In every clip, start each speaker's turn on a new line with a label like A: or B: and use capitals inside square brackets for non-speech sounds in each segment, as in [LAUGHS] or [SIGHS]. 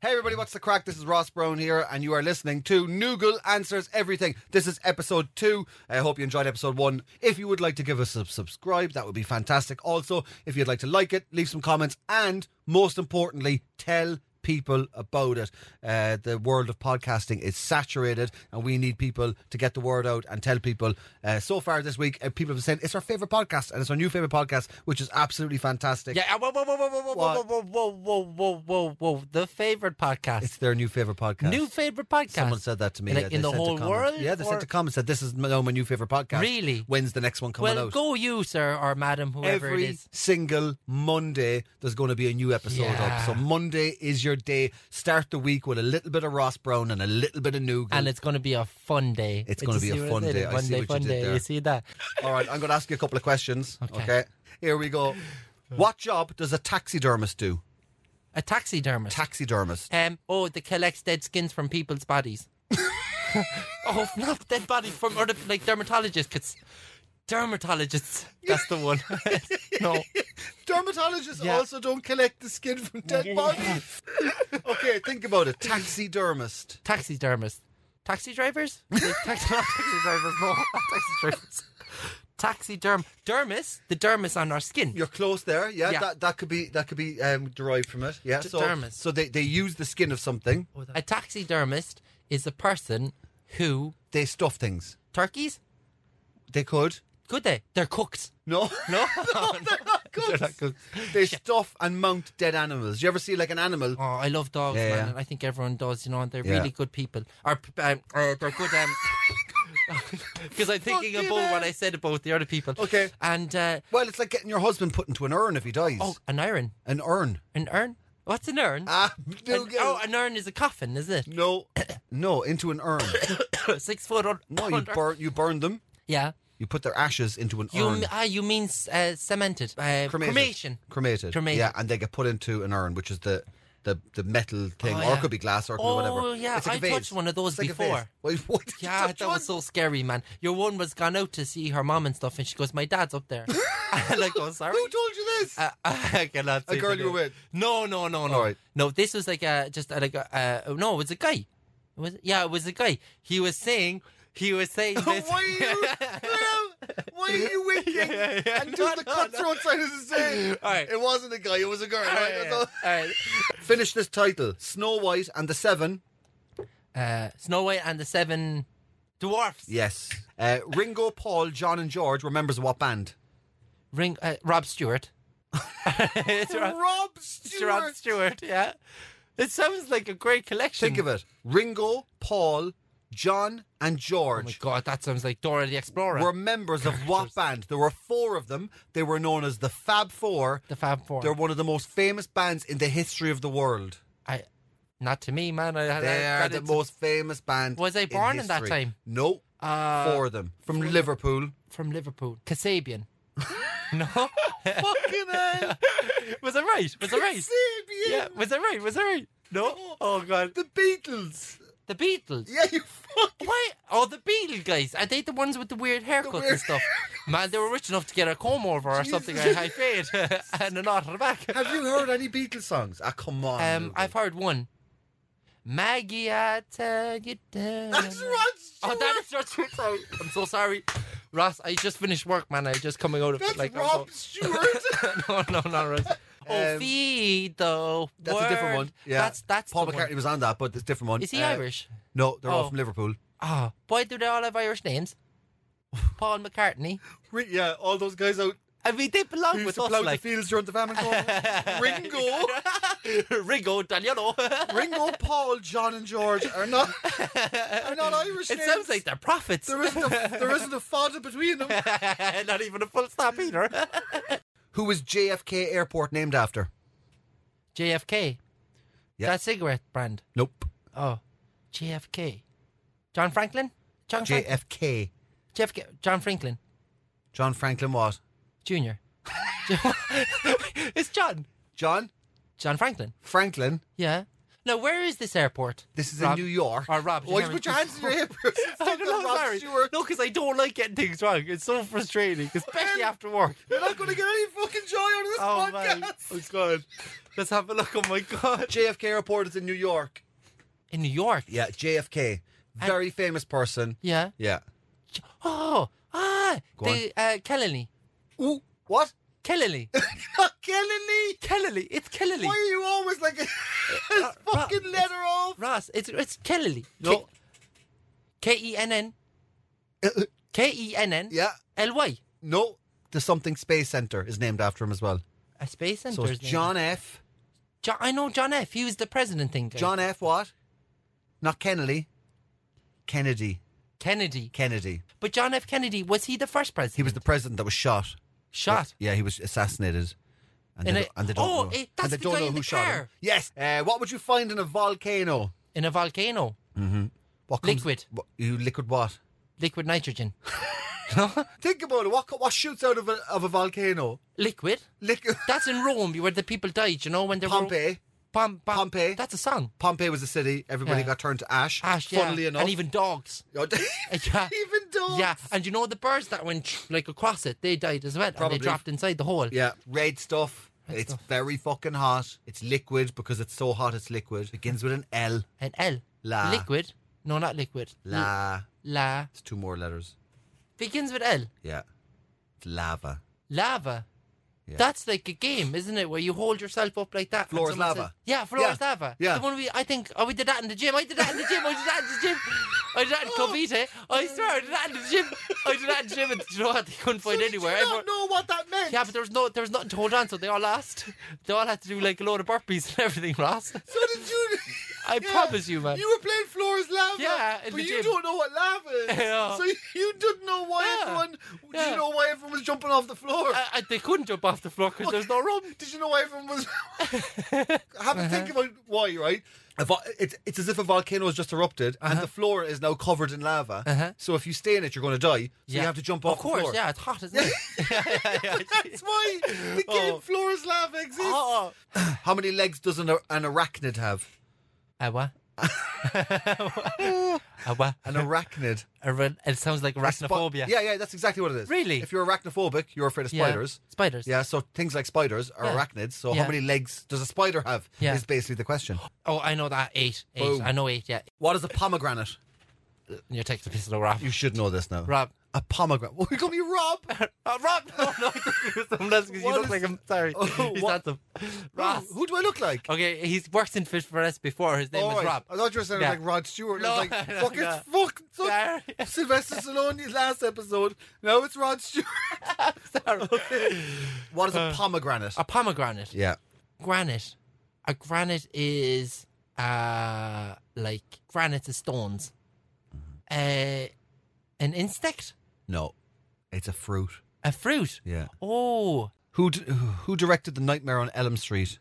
A: Hey everybody, what's the crack? This is Ross Brown here, and you are listening to Noogle Answers Everything. This is episode two. I hope you enjoyed episode one. If you would like to give us a subscribe, that would be fantastic. Also, if you'd like to like it, leave some comments, and most importantly, tell people about it. Uh, the world of podcasting is saturated, and we need people to get the word out and tell people. Uh, so far this week, uh, people have been saying it's our favorite podcast, and it's our new favorite podcast, which is absolutely fantastic.
B: Yeah, uh, whoa, whoa, whoa, whoa, whoa, whoa,
A: What?
B: whoa, whoa, whoa, whoa, whoa, whoa, the favorite podcast.
A: It's their new favorite podcast.
B: New favorite podcast.
A: Someone said that to me.
B: In,
A: yeah,
B: in
A: they
B: the
A: sent a
B: whole
A: comment.
B: world?
A: Yeah, they sent
B: or-
A: a comment said this is my, no, my new favorite podcast.
B: Really?
A: When's the next one coming
B: Well,
A: out?
B: go you, sir, or madam, whoever
A: Every
B: it is.
A: single Monday, there's going to be a new episode
B: Yeah.
A: up. So Monday is your day. Start the week with a little bit of Ross Brown and a little bit of Nougat.
B: And it's going to be a fun day.
A: It's
B: Did
A: gonna
B: you
A: be a
B: see what
A: fun
B: did?
A: day. I see
B: One day,
A: what you
B: fun
A: did
B: day.
A: there.
B: You see that?
A: All right, I'm going to ask you a couple of questions.
B: Okay.
A: Okay. Here we go. What job does a taxidermist do?
B: A taxidermist.
A: [LAUGHS] Taxidermist.
B: um, oh, that collects dead skins from
A: [LAUGHS]
B: people's bodies. oh, not dead bodies from other, like dermatologists. 'cause- Dermatologists. That's the one. [LAUGHS] no.
A: Dermatologists
B: Yeah.
A: also don't collect the skin from [LAUGHS] dead bodies. okay, think about it. Taxidermist.
B: taxidermist.
A: [LAUGHS]
B: Taxi drivers? Like, taxi, [LAUGHS] not taxi drivers, no. Not taxi drivers. Taxiderm. Dermis? The dermis on our skin.
A: You're close there. Yeah,
B: Yeah.
A: That, that could be that could be um, derived from it. Yeah.
B: D-
A: So,
B: dermis.
A: so they, they use the skin of something.
B: a taxidermist is a person who.
A: They stuff things.
B: Turkeys?
A: They could.
B: Could they? They're cooks.
A: [LAUGHS] No.
B: [LAUGHS] No?
A: they're not cooks. They stuff and mount dead animals. You ever see like an animal?
B: Oh, I love dogs,
A: Yeah,
B: man.
A: yeah.
B: And I think everyone does, you know, and they're
A: Yeah.
B: really good people. Or, um, uh, they're good.
A: [LAUGHS]
B: Um, Because I'm thinking
A: Fucking
B: about what
A: hell.
B: I said about the other people.
A: Okay.
B: And, uh,
A: Well, it's like getting your husband put into an urn if he dies.
B: oh, an urn.
A: An urn.
B: An urn? What's an urn?
A: Ah,
B: An-
A: no,
B: oh, an urn is a coffin, is it?
A: no, [COUGHS] no, into an
B: [COUGHS]
A: urn.
B: Six foot. un-
A: No, you
B: under.
A: burn, you burn them.
B: Yeah.
A: You put their ashes into an
B: You
A: urn.
B: m- ah, you mean uh, cemented uh,
A: Cremated.
B: cremation?
A: Cremated.
B: Cremated.
A: Yeah, and they get put into an urn, which is the the, the metal thing,
B: Oh,
A: or
B: yeah.
A: it could be glass, or it could
B: Oh,
A: be whatever.
B: yeah,
A: it's like
B: I
A: a vase.
B: touched one of those
A: It's like a
B: before.
A: vase. [LAUGHS] Wait, what? You
B: Yeah,
A: touched
B: that
A: one?
B: was so scary, man. Your one was gone out to see her mom and stuff, and she goes, "My dad's up
A: [LAUGHS]
B: there." [LAUGHS] and I go, "Sorry."
A: Who told you this?
B: Uh, [LAUGHS] I cannot.
A: A
B: say
A: girl
B: the
A: you
B: name.
A: were with?
B: No, no, no, no.
A: All right.
B: No, this was like a just uh, like a, uh, no, it was a guy. It was yeah, it was a guy. He was saying he
A: [LAUGHS]
B: was saying
A: [LAUGHS]
B: this.
A: why are
B: [LAUGHS]
A: you? [LAUGHS] Graham, why are you winking?
B: yeah, yeah.
A: And
B: No,
A: do the
B: no, no.
A: cutthroat side is the same.
B: [LAUGHS] All right.
A: It wasn't a guy. It was a girl.
B: All
A: right?
B: right,
A: That's all.
B: all right.
A: Finish this title: Snow White and the Seven.
B: Uh, Snow White and the Seven Dwarfs.
A: Yes. Uh, Ringo, Paul, John, and George remembers what band?
B: Ring uh, Rob Stewart. [LAUGHS] it's Rob,
A: Rob
B: it's Rob Stewart. Yeah, it sounds like a great collection.
A: Think of it: Ringo, Paul, John, and
B: Oh my
A: George.
B: god, that sounds like Dora the Explorer.
A: were members of what band? There were four of them. They were known as the Fab Four.
B: the Fab Four.
A: They're one of the most famous bands in the history of the world.
B: I, not to me, man. I, I- I
A: They are
B: got
A: the
B: it-
A: most famous band.
B: Was I
A: in
B: born in that
A: history.
B: time?
A: No,
B: Uh,
A: four of them from
B: [LAUGHS]
A: Liverpool.
B: from Liverpool. [LAUGHS] Kasabian. no,
A: Fucking hell!
B: [LAUGHS] was I right? Was I right?
A: Sabian.
B: yeah, was I right? Was I right? No. Oh god,
A: The Beatles.
B: the Beatles.
A: Yeah, you fucking.
B: Why? Oh, the Beatles guys. Are they the ones with the weird haircuts and
A: weird-
B: stuff? Man, they were rich enough to get a comb over [LAUGHS] or something
A: Jesus.
B: and a high fade [LAUGHS] and a knot on the back.
A: Have you heard any Beatles songs? Ah, come on.
B: Um,
A: Luke.
B: I've heard one. Maggie, I tell you down.
A: That's Rod
B: Oh,
A: Stewart.
B: that is your true sorry. I'm so sorry. Ross, I just finished work, man. I'm just coming out of
A: That's
B: it. Like, I'm
A: Rob
B: so- [LAUGHS]
A: Stewart. [LAUGHS]
B: no, no, no, Ross. oh,
A: Um,
B: feed the
A: That's a different one.
B: world.
A: Yeah,
B: That's, that's
A: Paul
B: the
A: McCartney
B: one.
A: was on that, but it's a different one.
B: Is he
A: Uh,
B: Irish?
A: No, they're
B: Oh.
A: all from Liverpool.
B: Ah, why do they all have Irish names? Paul McCartney.
A: Re- yeah, all those guys out
B: I mean, they belong
A: who used
B: Oh, with
A: to
B: us,
A: plough
B: like
A: the fields during the
B: [LAUGHS]
A: famine call. Ringo,
B: Ringo [LAUGHS] Daniello.
A: Ringo, Paul, John, and George are not are not Irish.
B: [LAUGHS] it
A: names.
B: sounds like they're prophets.
A: there isn't a, there isn't a fodder between them.
B: [LAUGHS] Not even a full stop either.
A: Who was JFK Airport named after?
B: JFK.
A: Yeah.
B: That cigarette brand.
A: Nope.
B: Oh, JFK. John Franklin. John Frank-
A: JFK.
B: JFK. John Franklin
A: John Franklin what? [LAUGHS]
B: Jr. it's John.
A: John
B: John Franklin.
A: Franklin.
B: Yeah. Now, where is this airport?
A: This is
B: Rob-
A: in New York.
B: Or Rob.
A: Why you put your hands in your hip?
B: [LAUGHS]
A: [LAUGHS]
B: I don't know,
A: Rob
B: sorry.
A: Stewart.
B: No, because I don't like getting things wrong. It's so frustrating, especially after
A: [LAUGHS]
B: work.
A: You're not going to get any fucking joy out of this
B: Oh
A: podcast.
B: my oh, god! Let's have a look. Oh my god!
A: JFK airport is in New York.
B: In New York.
A: Yeah, JFK. Very famous person.
B: Yeah.
A: Yeah.
B: Oh, ah,
A: Go
B: the uh, Kellily.
A: Ooh, what? [LAUGHS]
B: Kellily.
A: Killing me.
B: Kellily. It's Kellily.
A: Why are you always like [LAUGHS] a Uh,
B: Ro-
A: fucking letter off?
B: Ross, it's it's Kellily.
A: No. Uh,
B: K E N N. K E N N
A: Yeah.
B: L Y.
A: No. The something space center is named after him as well.
B: A space center.
A: So it's John F.
B: John. I know John F. He was the president thing.
A: John F. What? Not Kennedy. Kennedy.
B: Kennedy.
A: Kennedy.
B: But John F. Kennedy was he the first president?
A: He was the president that was shot.
B: shot.
A: Yeah, he was assassinated. And,
B: In
A: they,
B: a-
A: don't- and they don't
B: Oh,
A: know.
B: eh,
A: And
B: that's
A: they
B: the
A: don't
B: guy
A: know
B: in
A: who
B: the
A: shot him.
B: car.
A: Yes. Uh, what would you find in a volcano?
B: in a volcano.
A: What comes-
B: Liquid.
A: What, you liquid what?
B: Liquid nitrogen.
A: Think about it. What co- what shoots out of a, of a volcano?
B: Liquid.
A: Liquid.
B: That's in Rome, where the people died. You know when they were
A: Pompeii.
B: Pom- Pom-
A: Pompeii.
B: That's a song.
A: Pompeii was a city. Everybody
B: Yeah.
A: got turned to ash.
B: Ash, yeah.
A: Funnily enough, Oh, [LAUGHS]
B: and even dogs. [LAUGHS] Yeah.
A: even dogs.
B: Yeah, and you know the birds that went like across it, they died as well,
A: Probably.
B: and they dropped inside the hole.
A: Yeah. Red stuff. it's
B: stuff.
A: very fucking hot. It's liquid because it's so hot. It's liquid. Begins with an L.
B: And L,
A: La.
B: liquid. No, not liquid. L-
A: La.
B: la
A: It's two more letters.
B: begins with L.
A: Yeah. It's lava.
B: Lava.
A: Yeah.
B: That's like a game, isn't it? Where you hold yourself up like that. and
A: Floor is
B: someone
A: lava.
B: says- yeah, floor
A: Yeah,
B: is lava.
A: yeah.
B: The one we, I think, oh, we did that in the gym. I did that in the gym. I did that in the gym.
A: [LAUGHS]
B: I did that in
A: Oh.
B: Covite. I swear, I did that in the gym. I did that in the gym. And do you know what? They couldn't find anywhere.
A: I don't
B: Everyone-
A: know what that meant.
B: Yeah, but there was no, there was nothing to hold on, so they all asked. They all had to do like a load of burpees and [LAUGHS] everything, Ross.
A: So did
B: [LAUGHS]
A: you?
B: I promise you, man.
A: You were playing floor is lava.
B: Yeah, in
A: but
B: the
A: you
B: gym.
A: don't know what lava is.
B: [LAUGHS] Yeah.
A: So you didn't know why
B: Yeah.
A: everyone. Did
B: Yeah.
A: you know why everyone was jumping off the floor? [LAUGHS]
B: I, I, they couldn't jump off the floor because there's no room. Uh-huh.
A: Did you know why everyone
B: [LAUGHS]
A: was? [LAUGHS] Have a think about why, right? A vo- it's, it's as if a volcano has just erupted and the floor is now covered in lava.
B: Uh-huh.
A: So if you stay in it, you're going to die. So you have to jump off
B: Of course,
A: the floor.
B: yeah, it's hot,
A: [LAUGHS]
B: isn't it? yeah, yeah, yeah.
A: That's why
B: [LAUGHS]
A: the game
B: Oh.
A: floor is lava exists.
B: Oh,
A: How many legs does an, an arachnid have?
B: oh. Awa.
A: [LAUGHS]
B: Ah, Awa. [LAUGHS]
A: An arachnid.
B: Arachn- It sounds like
A: A spi-
B: arachnophobia.
A: yeah, yeah, that's exactly what it is.
B: Really?
A: If you're arachnophobic, you're afraid of
B: Yeah.
A: spiders.
B: Spiders.
A: Yeah, so things like spiders are
B: Yeah.
A: arachnids. So
B: Yeah.
A: how many legs does a spider have?
B: Yeah.
A: Is basically the question.
B: Oh, I know that. Eight. Eight.
A: Boom.
B: I know eight, yeah.
A: What is a pomegranate?
B: You're taking the piss of Rob.
A: You should know this now. [LAUGHS]
B: [LAUGHS] Rob.
A: A pomegranate. Well, we call me Rob.
B: [LAUGHS] Oh, Rob! No, no, someone else because you
A: What
B: look
A: is-
B: like him. Sorry.
A: [LAUGHS]
B: [LAUGHS]
A: Oh,
B: he's
A: what-
B: handsome.
A: Rob.
B: Ross.
A: Who do I look like?
B: Okay, he's worked in Fit for Us before. His name
A: All
B: was
A: right.
B: Rob.
A: I thought you were saying
B: Yeah.
A: like Rod Stewart.
B: No,
A: I was like,
B: [LAUGHS] no,
A: fuck,
B: no.
A: it's fuck. So
B: Sorry.
A: [LAUGHS] Sylvester Stallone's last episode. Now it's Rod Stewart.
B: [LAUGHS]
A: [LAUGHS] What is a pomegranate?
B: Uh, A pomegranate.
A: yeah.
B: Granite. A granite is uh like granite is stones. Uh, an insect?
A: No. It's a fruit.
B: A fruit?
A: Yeah.
B: Oh,
A: Who d- who directed the Nightmare on Elm Street?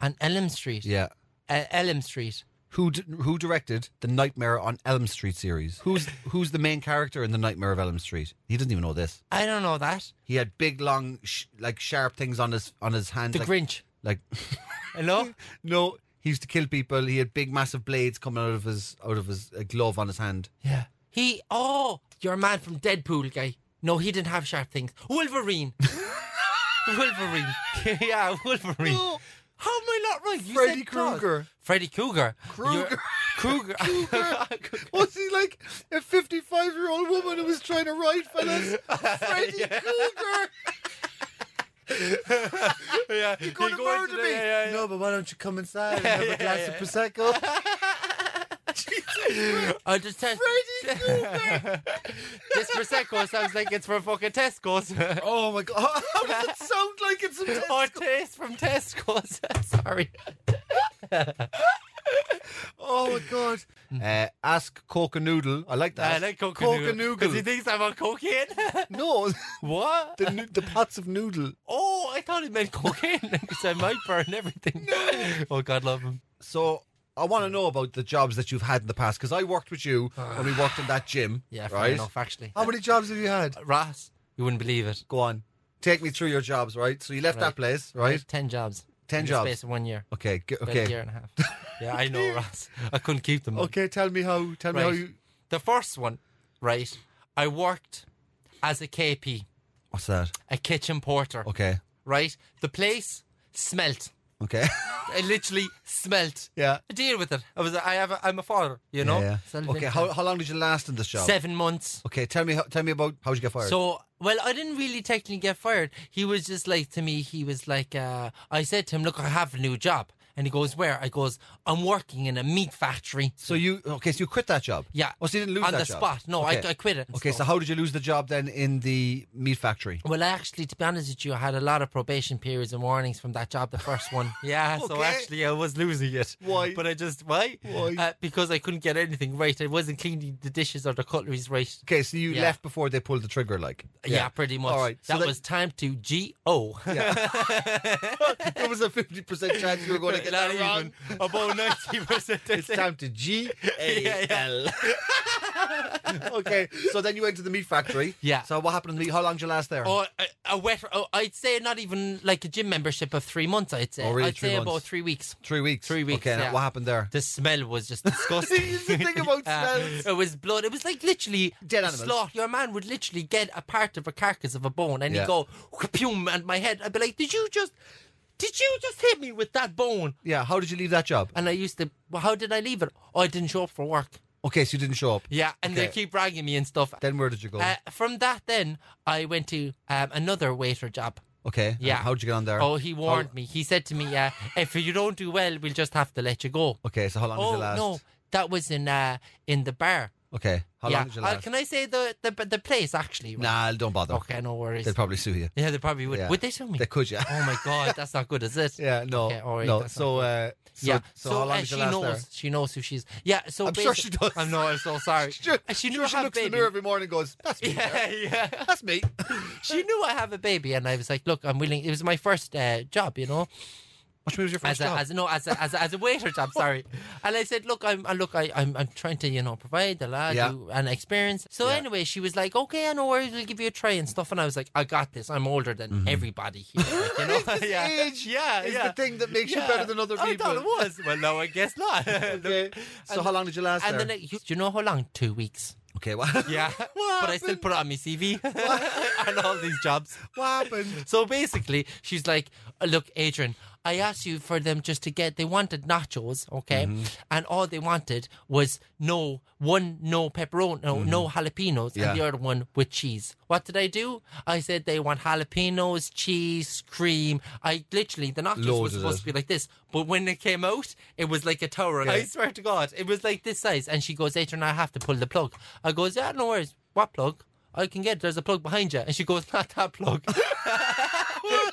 B: an Elm Street.
A: Yeah.
B: Uh, Elm Street.
A: Who d- who directed the Nightmare on Elm Street series? Who's who's the main character in the Nightmare of Elm Street? He doesn't even know this.
B: I don't know that.
A: He had big, long, sh- like sharp things on his on his hands.
B: The
A: like,
B: Grinch.
A: like [LAUGHS]
B: Hello?
A: no, he used to kill people. He had big, massive blades coming out of his out of his uh, glove on his
B: [GASPS]
A: hand.
B: yeah. He. Oh, you're a man from Deadpool, guy. No, he didn't have sharp things.
A: [LAUGHS]
B: Wolverine. Wolverine. yeah, Wolverine. How am I not right? You
A: Freddy
B: said Claus.
A: Krueger.
B: Freddy Krueger. [LAUGHS] You're- Krueger.
A: [LAUGHS]
B: [LAUGHS]
A: Was he like a fifty-five-year-old woman who was trying to write fellas?
B: [LAUGHS]
A: Freddy Krueger.
B: yeah.
A: going to murder me. No, but why don't you come
B: [LAUGHS]
A: inside and have a glass of prosecco?
B: I'll just test. [LAUGHS]
A: Freddy Krueger.
B: This Prosecco sounds like it's from fucking Tesco's.
A: [LAUGHS] Oh my god! [LAUGHS] How, how does it sound like it's? [LAUGHS] A
B: oh, taste from Tesco's. [LAUGHS] Sorry.
A: oh my god! [LAUGHS] Uh, ask Coca Noodle. I like that.
B: I like Coke
A: Noodle.
B: Because
A: [LAUGHS]
B: he thinks I'm on cocaine. [LAUGHS]
A: No, [LAUGHS]
B: what?
A: the, noo- the pots of noodle.
B: Oh, I thought he meant cocaine [LAUGHS] because I might burn everything. [LAUGHS] Oh, God love him.
A: So I want to know about the jobs that you've had in the past because I worked with you when we worked in that [SIGHS] gym.
B: Yeah, fair
A: right.
B: enough, actually.
A: How many jobs have you had?
B: Ross, you wouldn't believe it.
A: Go on. Take me through your jobs, right? So you left
B: Right.
A: that place,
B: I
A: right?
B: had 10 jobs.
A: Ten
B: in
A: jobs.
B: The space of one year.
A: Okay, g-
B: About a
A: okay. [LAUGHS]
B: year and a half. Yeah, I know, Ross. I couldn't keep them.
A: Okay, tell me how. Tell me how
B: Right.
A: you.
B: The first one, right? I worked as a KP,
A: What's that?
B: a kitchen porter.
A: Okay.
B: Right? The place smelt.
A: Okay. [LAUGHS]
B: I literally smelt.
A: yeah.
B: I deal with it. I was. I have. A, I'm a father. You know.
A: Yeah, yeah.
B: Self-employed.
A: Okay. How, how long did you last in this job?
B: Seven months.
A: Okay. Tell me. how- Tell me about how did you get fired?
B: So, well, I didn't really technically get fired. He was just like to me. He was like, uh, I said to him, "Look, I have a new job." And he goes, "Where?" I goes, "I'm working in a meat factory."
A: So you okay? So you quit that job?
B: Yeah.
A: Oh, so you didn't lose
B: on
A: that
B: the
A: job?
B: spot. No,
A: Okay.
B: I, I quit it. and
A: Okay, so
B: stuff.
A: how did you lose the job then in the meat factory?
B: Well, actually, to be honest with you, I had a lot of probation periods and warnings from that job, the first one. [LAUGHS] Yeah, so
A: Okay.
B: actually, I was losing it.
A: Why?
B: But I just why?
A: Why?
B: Uh, because I couldn't get anything right. I wasn't cleaning the dishes or the cutleries right.
A: Okay, so you
B: Yeah.
A: left before they pulled the trigger, like
B: Yeah, pretty much.
A: All right, so
B: that,
A: that- [LAUGHS]
B: was time to go.
A: There was a fifty percent chance you were
B: [LAUGHS]
A: going to get
B: Not
A: that wrong.
B: even. About ninety percent.
A: It's
B: [LAUGHS]
A: time to G A L. [LAUGHS] Okay, so then you went to the meat factory.
B: Yeah.
A: So what happened to the meat? How long did you last there?
B: Or a, a wet. Oh, I'd say not even like a gym membership of three months. I'd say.
A: Oh, really?
B: I'd
A: Three
B: say
A: months.
B: about three weeks.
A: three weeks.
B: three weeks,
A: Okay, and
B: yeah.
A: what happened there?
B: The smell
A: [LAUGHS]
B: was just disgusting.
A: It's the thing
B: [LAUGHS]
A: about
B: Uh,
A: smells.
B: it was blood. It was like literally
A: Dead animals.
B: Slaughter. Your man would literally get a part of a carcass of a bone, and
A: Yeah.
B: he'd go "Whoop-yoom," and my head. I'd be like, "Did you just? Did you just hit me with that bone?"
A: Yeah. How did you leave that job?
B: And I used to. Well, how did I leave it? Oh, I didn't show up for work.
A: Okay, so you didn't show up.
B: Yeah, and they
A: Okay.
B: keep bragging me and stuff.
A: Then where did you go?
B: Uh, from that, then I went to um, another waiter job.
A: okay. and
B: yeah.
A: How did you get on there?
B: Oh, he warned me. He said to me, uh, "If you don't do well, we'll just have to let you go."
A: Okay, so how long did
B: Oh
A: you last?
B: no, that was in uh, in the bar.
A: Okay. How
B: yeah.
A: long did you
B: Uh,
A: last?
B: can I say the the, the place actually? right?
A: Nah, don't bother.
B: Okay, no worries.
A: They'd probably sue you.
B: yeah, they probably would.
A: Yeah.
B: Would they sue me?
A: They could, yeah.
B: oh my god, that's not good, is
A: [LAUGHS]
B: it?
A: Yeah, no,
B: Okay, all right,
A: no.
B: that's
A: So, uh, so,
B: yeah.
A: so, how long
B: uh,
A: did you
B: she
A: last
B: knows.
A: there?
B: She knows who she's. Yeah. So
A: I'm sure
B: basi-
A: she does.
B: I know. I'm
A: [LAUGHS]
B: so sorry. Uh, she knew I
A: she
B: have
A: looks
B: a
A: in
B: baby.
A: the mirror every morning and goes, "That's me, Sarah.
B: [LAUGHS] yeah,
A: [LAUGHS]
B: yeah.
A: that's
B: [LAUGHS]
A: me."
B: She knew I have a baby, and I was like, "Look, I'm willing." It was my first uh, job, you know,
A: Which was your
B: as
A: first
B: a,
A: job?
B: as a, no, as a, as a, as a waiter
A: [LAUGHS]
B: job. Sorry, and I said, "Look, I'm uh, look, I, I'm I'm trying to you know provide a lot
A: Yeah.
B: do an experience." So
A: Yeah.
B: anyway, she was like, "Okay, I know where we'll give you a try and stuff," and I was like, "I got this. I'm older than everybody here,
A: [LAUGHS]
B: like, you know." [LAUGHS] yeah.
A: Mm-hmm. Age
B: Yeah,
A: is
B: yeah.
A: the thing [LAUGHS] that makes you
B: Yeah.
A: better than other people.
B: I thought it was. Well, no, I guess
A: [LAUGHS]
B: not.
A: Okay. So how long did you last
B: and
A: there?
B: then, it- you, do you know how long? Two weeks.
A: okay, [LAUGHS] what?
B: Yeah, but I still
A: happened?
B: put it on my [LAUGHS] CV and all these jobs.
A: what happened?
B: So basically, she's like, "Uh, "Look, Adrian, I asked you for them just to get. They wanted nachos, okay, and all they wanted was no one, no pepperoni, no, no jalapenos,
A: Yeah.
B: and the other one with cheese. What did I do? I said they want jalapenos, cheese, cream. I literally the nachos was
A: Loaded
B: supposed
A: it.
B: to be like this, but when it came out, it was like a tower. I swear to God, it was like this size. And she goes, Adrian, I have to pull the plug. I goes, yeah, no worries. What plug? I can get. it. There's a plug behind you. And she goes, [LAUGHS] not that plug. Yeah.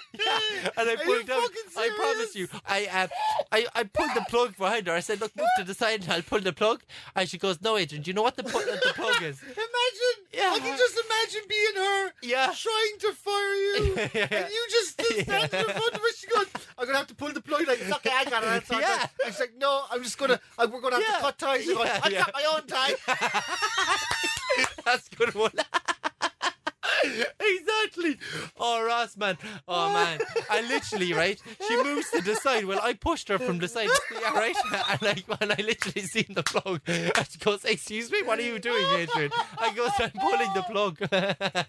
B: And
A: Are
B: I
A: you
B: pulled out.
A: fucking
B: I promise you. I, uh, I I pulled the plug behind her. I said, "Look, move to the side, and I'll pull the plug." And she goes, "No, Adrian. Do you know what the, pu- the
A: [LAUGHS]
B: plug is?"
A: Imagine, I
B: Yeah.
A: can just imagine being her,
B: Yeah.
A: trying to fire you,
B: [LAUGHS] Yeah.
A: and you just stand in front of her. She goes, "I'm gonna have to pull the plug." Like, okay, I got it. That's all
B: Yeah.
A: right." And she's like, "No, I'm just gonna, I, we're gonna have
B: Yeah.
A: to cut ties." She goes,
B: Yeah,
A: "I
B: yeah.
A: got my
B: [LAUGHS]
A: own tie."
B: That's a good one. [LAUGHS] exactly. Oh, Ross, man. Oh, man. I literally, right? She moves to the side. Well, I pushed her from the side, [LAUGHS] yeah, right? And like, when I literally seen the plug, and she goes, Excuse me, what are you doing, Adrian? I goes, I'm pulling the plug.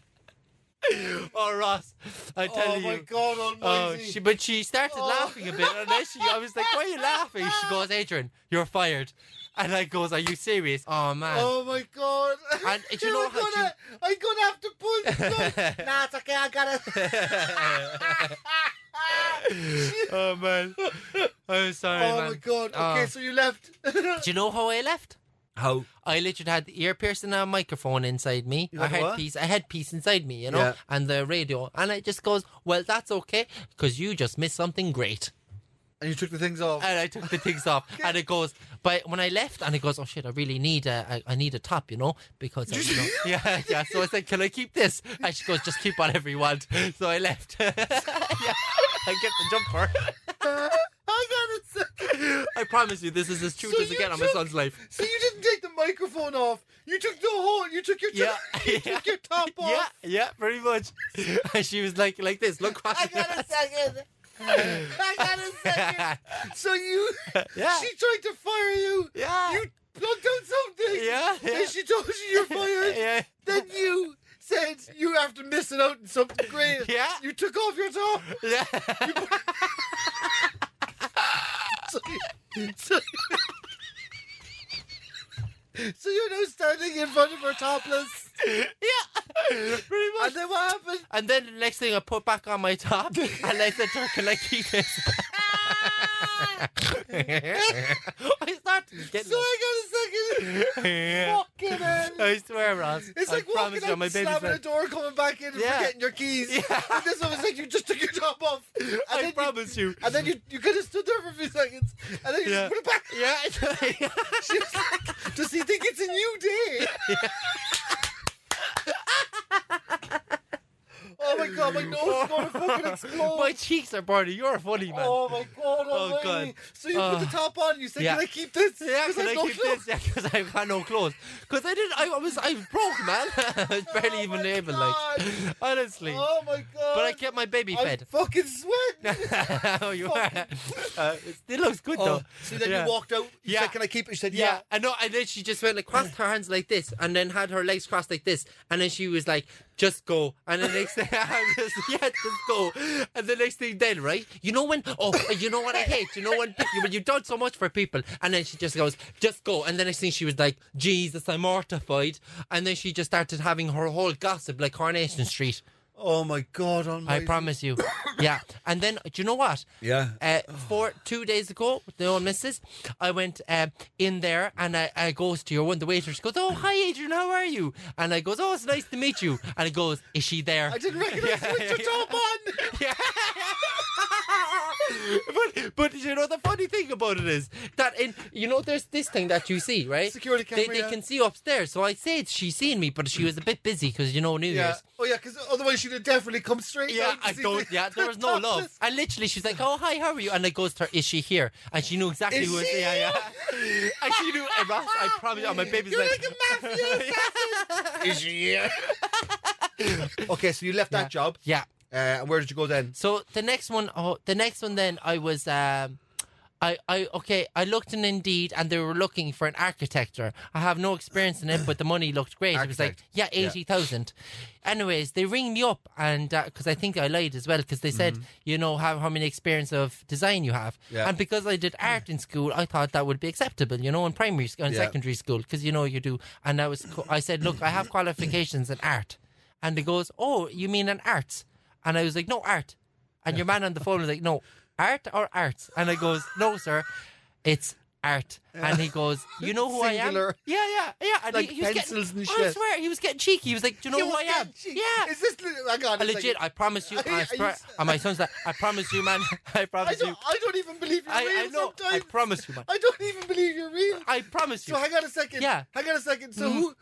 B: [LAUGHS] oh, Ross, I tell
A: Oh
B: you.
A: my God
B: Oh,
A: Almighty!
B: she, but she started
A: Oh.
B: laughing a bit, and then she, I was like, "Why are you laughing?" She goes, "Adrian, you're fired," and I goes, "Are you serious?" Oh man!
A: Oh my god!
B: And do you know
A: I'm
B: how
A: gonna, I'm gonna have to pull the
B: [LAUGHS]
A: plug. nah, it's okay. I got it.
B: oh man. I'm sorry,
A: Oh
B: man.
A: my god! Okay,
B: Oh.
A: so you left. [LAUGHS]
B: Do you know how I left?
A: How?
B: I literally had the ear piercing and a microphone inside me,
A: You
B: a
A: had what?
B: headpiece, a headpiece inside me, you know,
A: Yeah.
B: and the radio. And it just goes, Well, that's okay, because you just missed something great.
A: And you took the things off.
B: And I took the
A: [LAUGHS]
B: things off, and it goes, But when I left, and it goes, Oh shit, I really need a, I, I need a top, you know, because. I, you know,
A: [LAUGHS]
B: yeah, yeah. So I said, Can I keep this? And she goes, Just keep whatever you want. So I left. [LAUGHS] yeah, I kept the jumper.
A: I got it.
B: I promise you, this is as true
A: So
B: as it
A: you
B: get on my
A: took-
B: son's life.
A: So you didn't take the microphone off. You took the whole. You took your.
B: Yeah,
A: [LAUGHS] you took
B: [LAUGHS]
A: your top off.
B: Yeah, yeah, pretty much. And she was like, like this. Look,
A: I got a second. Hang on a second. So you,
B: [LAUGHS] Yeah.
A: she tried to fire you.
B: Yeah.
A: You plugged out something.
B: Yeah, yeah.
A: And she told you
B: [LAUGHS]
A: you're fired.
B: Yeah.
A: Then you said you have to miss it out in something great.
B: Yeah.
A: You took off your top.
B: Yeah.
A: So, so, so you're now standing in front of her topless.
B: yeah. Pretty much.
A: And then what happened?
B: And then the next thing I put back on my top [LAUGHS] and I said, Turk, can I keep this? [LAUGHS] I started getting
A: So I got a second. Fucking hell.
B: I swear, Ross.
A: It's
B: I
A: like walking
B: promise you,
A: out,
B: on my
A: and
B: baby's
A: slamming a
B: head.
A: door, coming back in, and
B: Yeah.
A: forgetting your keys.
B: Yeah. [LAUGHS]
A: And this one was like, you just took your top off. And
B: I
A: then
B: promise you.
A: You, and then you, you could have stood there for a few seconds, and then you just
B: Yeah.
A: put it back.
B: [LAUGHS] Yeah. it's-
A: She was like, does he think it's a new day? oh my god, my nose is going to fucking explode.
B: my cheeks are burning. You're funny, man.
A: Oh my god,
B: Oh,
A: almighty.
B: God.
A: So you
B: Uh,
A: put the top on, you said,
B: yeah.
A: can I "Oh, keep this?
B: Yeah,
A: 'Cause
B: can
A: I've
B: I
A: no
B: keep
A: clothes.
B: this? Yeah, because I've got no clothes. Because I didn't. I, was. I was broke, man. [LAUGHS] I was barely
A: Oh
B: even
A: my
B: able,
A: God.
B: [LAUGHS] like, honestly.
A: Oh my god.
B: but I kept my baby
A: I'm
B: fed.
A: fucking [LAUGHS] sweating.
B: oh, you are. [LAUGHS] Uh, it still looks good
A: Oh,
B: though.
A: so then
B: Yeah.
A: you walked out. You
B: Yeah.
A: said, "Can I keep it?" She said,
B: Yeah,
A: "Yeah."
B: I know. And then she just went like crossed her hands like this, and then had her legs crossed like this, and then she was like, "Just go." And the next thing, [LAUGHS] I was just, yeah, just go. And the next thing, then right, you know when? Oh, you know what I hate? You know when? pe- When you've done so much for people, and then she just goes, "Just go." And the next thing, she was like, "Jesus, I'm mortified." And then she just started having her whole gossip like Coronation Street.
A: Oh my god,
B: I
A: almighty.
B: promise
A: [COUGHS]
B: you. yeah. And then, do you know what?
A: Yeah.
B: Uh, four, two days ago, with the old missus, I went uh, in there and I, I goes to your one. The waitress goes, Oh, hi, Adrian, how are you? And I goes, Oh, it's nice to meet you. And it goes, Is she there?
A: I
B: [LAUGHS]
A: didn't recognize you with your top on.
B: Yeah. [LAUGHS] but but you know the funny thing about it is that in you know there's this thing that you see right
A: Security
B: they,
A: camera,
B: they
A: yeah.
B: can see upstairs so I said she's seen me but she was a bit busy because you know New
A: Yeah.
B: Year's
A: Oh yeah, because otherwise she'd have definitely come straight.
B: yeah,
A: down to
B: I
A: see [LAUGHS]
B: don't.
A: the-
B: Yeah, there was no love. And literally, she's like, "Oh, hi, how are you?" And I goes to her, "Is she here?" And she knew exactly
A: Is
B: who. it-
A: she
B: yeah, yeah. [LAUGHS] and she knew. And Ross, I promise you, on my baby's
A: [LAUGHS] You're
B: like,
A: like a mafia assassin. Is she here?
B: [LAUGHS]
A: okay, so you left that job.
B: yeah.
A: Uh, and where did you go then?
B: So the next one, oh, the next one. Then I was, um, I, I, okay, I looked in Indeed, and they were looking for an architect. I have no experience in it, but the money looked great. It was like,
A: Architect.
B: yeah,
A: Yeah.
B: eighty thousand. Anyways, they ring me up, and because I think I lied as well, because they said, you know, how how many experience of design you have,
A: Mm-hmm. Yeah.
B: and because I did art in school, I thought that would be acceptable, you know, in primary school and
A: Yeah.
B: secondary school, because you know you do. And I was, co- I said, look, I have qualifications in art, and he goes, oh, you mean in arts? And I was like, no, art. And your man on the phone was like, no, art or arts? And I goes, no, sir, it's art. And he goes, you know who I am?
A: Singular.
B: Yeah, yeah, yeah. And
A: Like
B: he, he was
A: pencils
B: getting, oh,
A: and
B: I
A: shit.
B: swear, he was getting cheeky. He was like, do you know
A: He
B: who
A: was
B: Oh, I am?
A: dead. She-
B: Yeah.
A: Is this? li- Hang on.
B: I
A: a
B: legit,
A: second.
B: I
A: [LAUGHS]
B: promise you,
A: Are you-
B: I
A: are you
B: swear,
A: s-
B: and my son's like, I promise you, man, [LAUGHS] I
A: I
B: promise you.
A: don't. I don't even believe you're
B: I,
A: real.
B: I know. I
A: Sometimes.
B: promise you, man.
A: I don't even believe you're real.
B: I promise
A: [LAUGHS]
B: you.
A: So hang on a second.
B: Yeah. Mm.
A: Hang on a second. So who?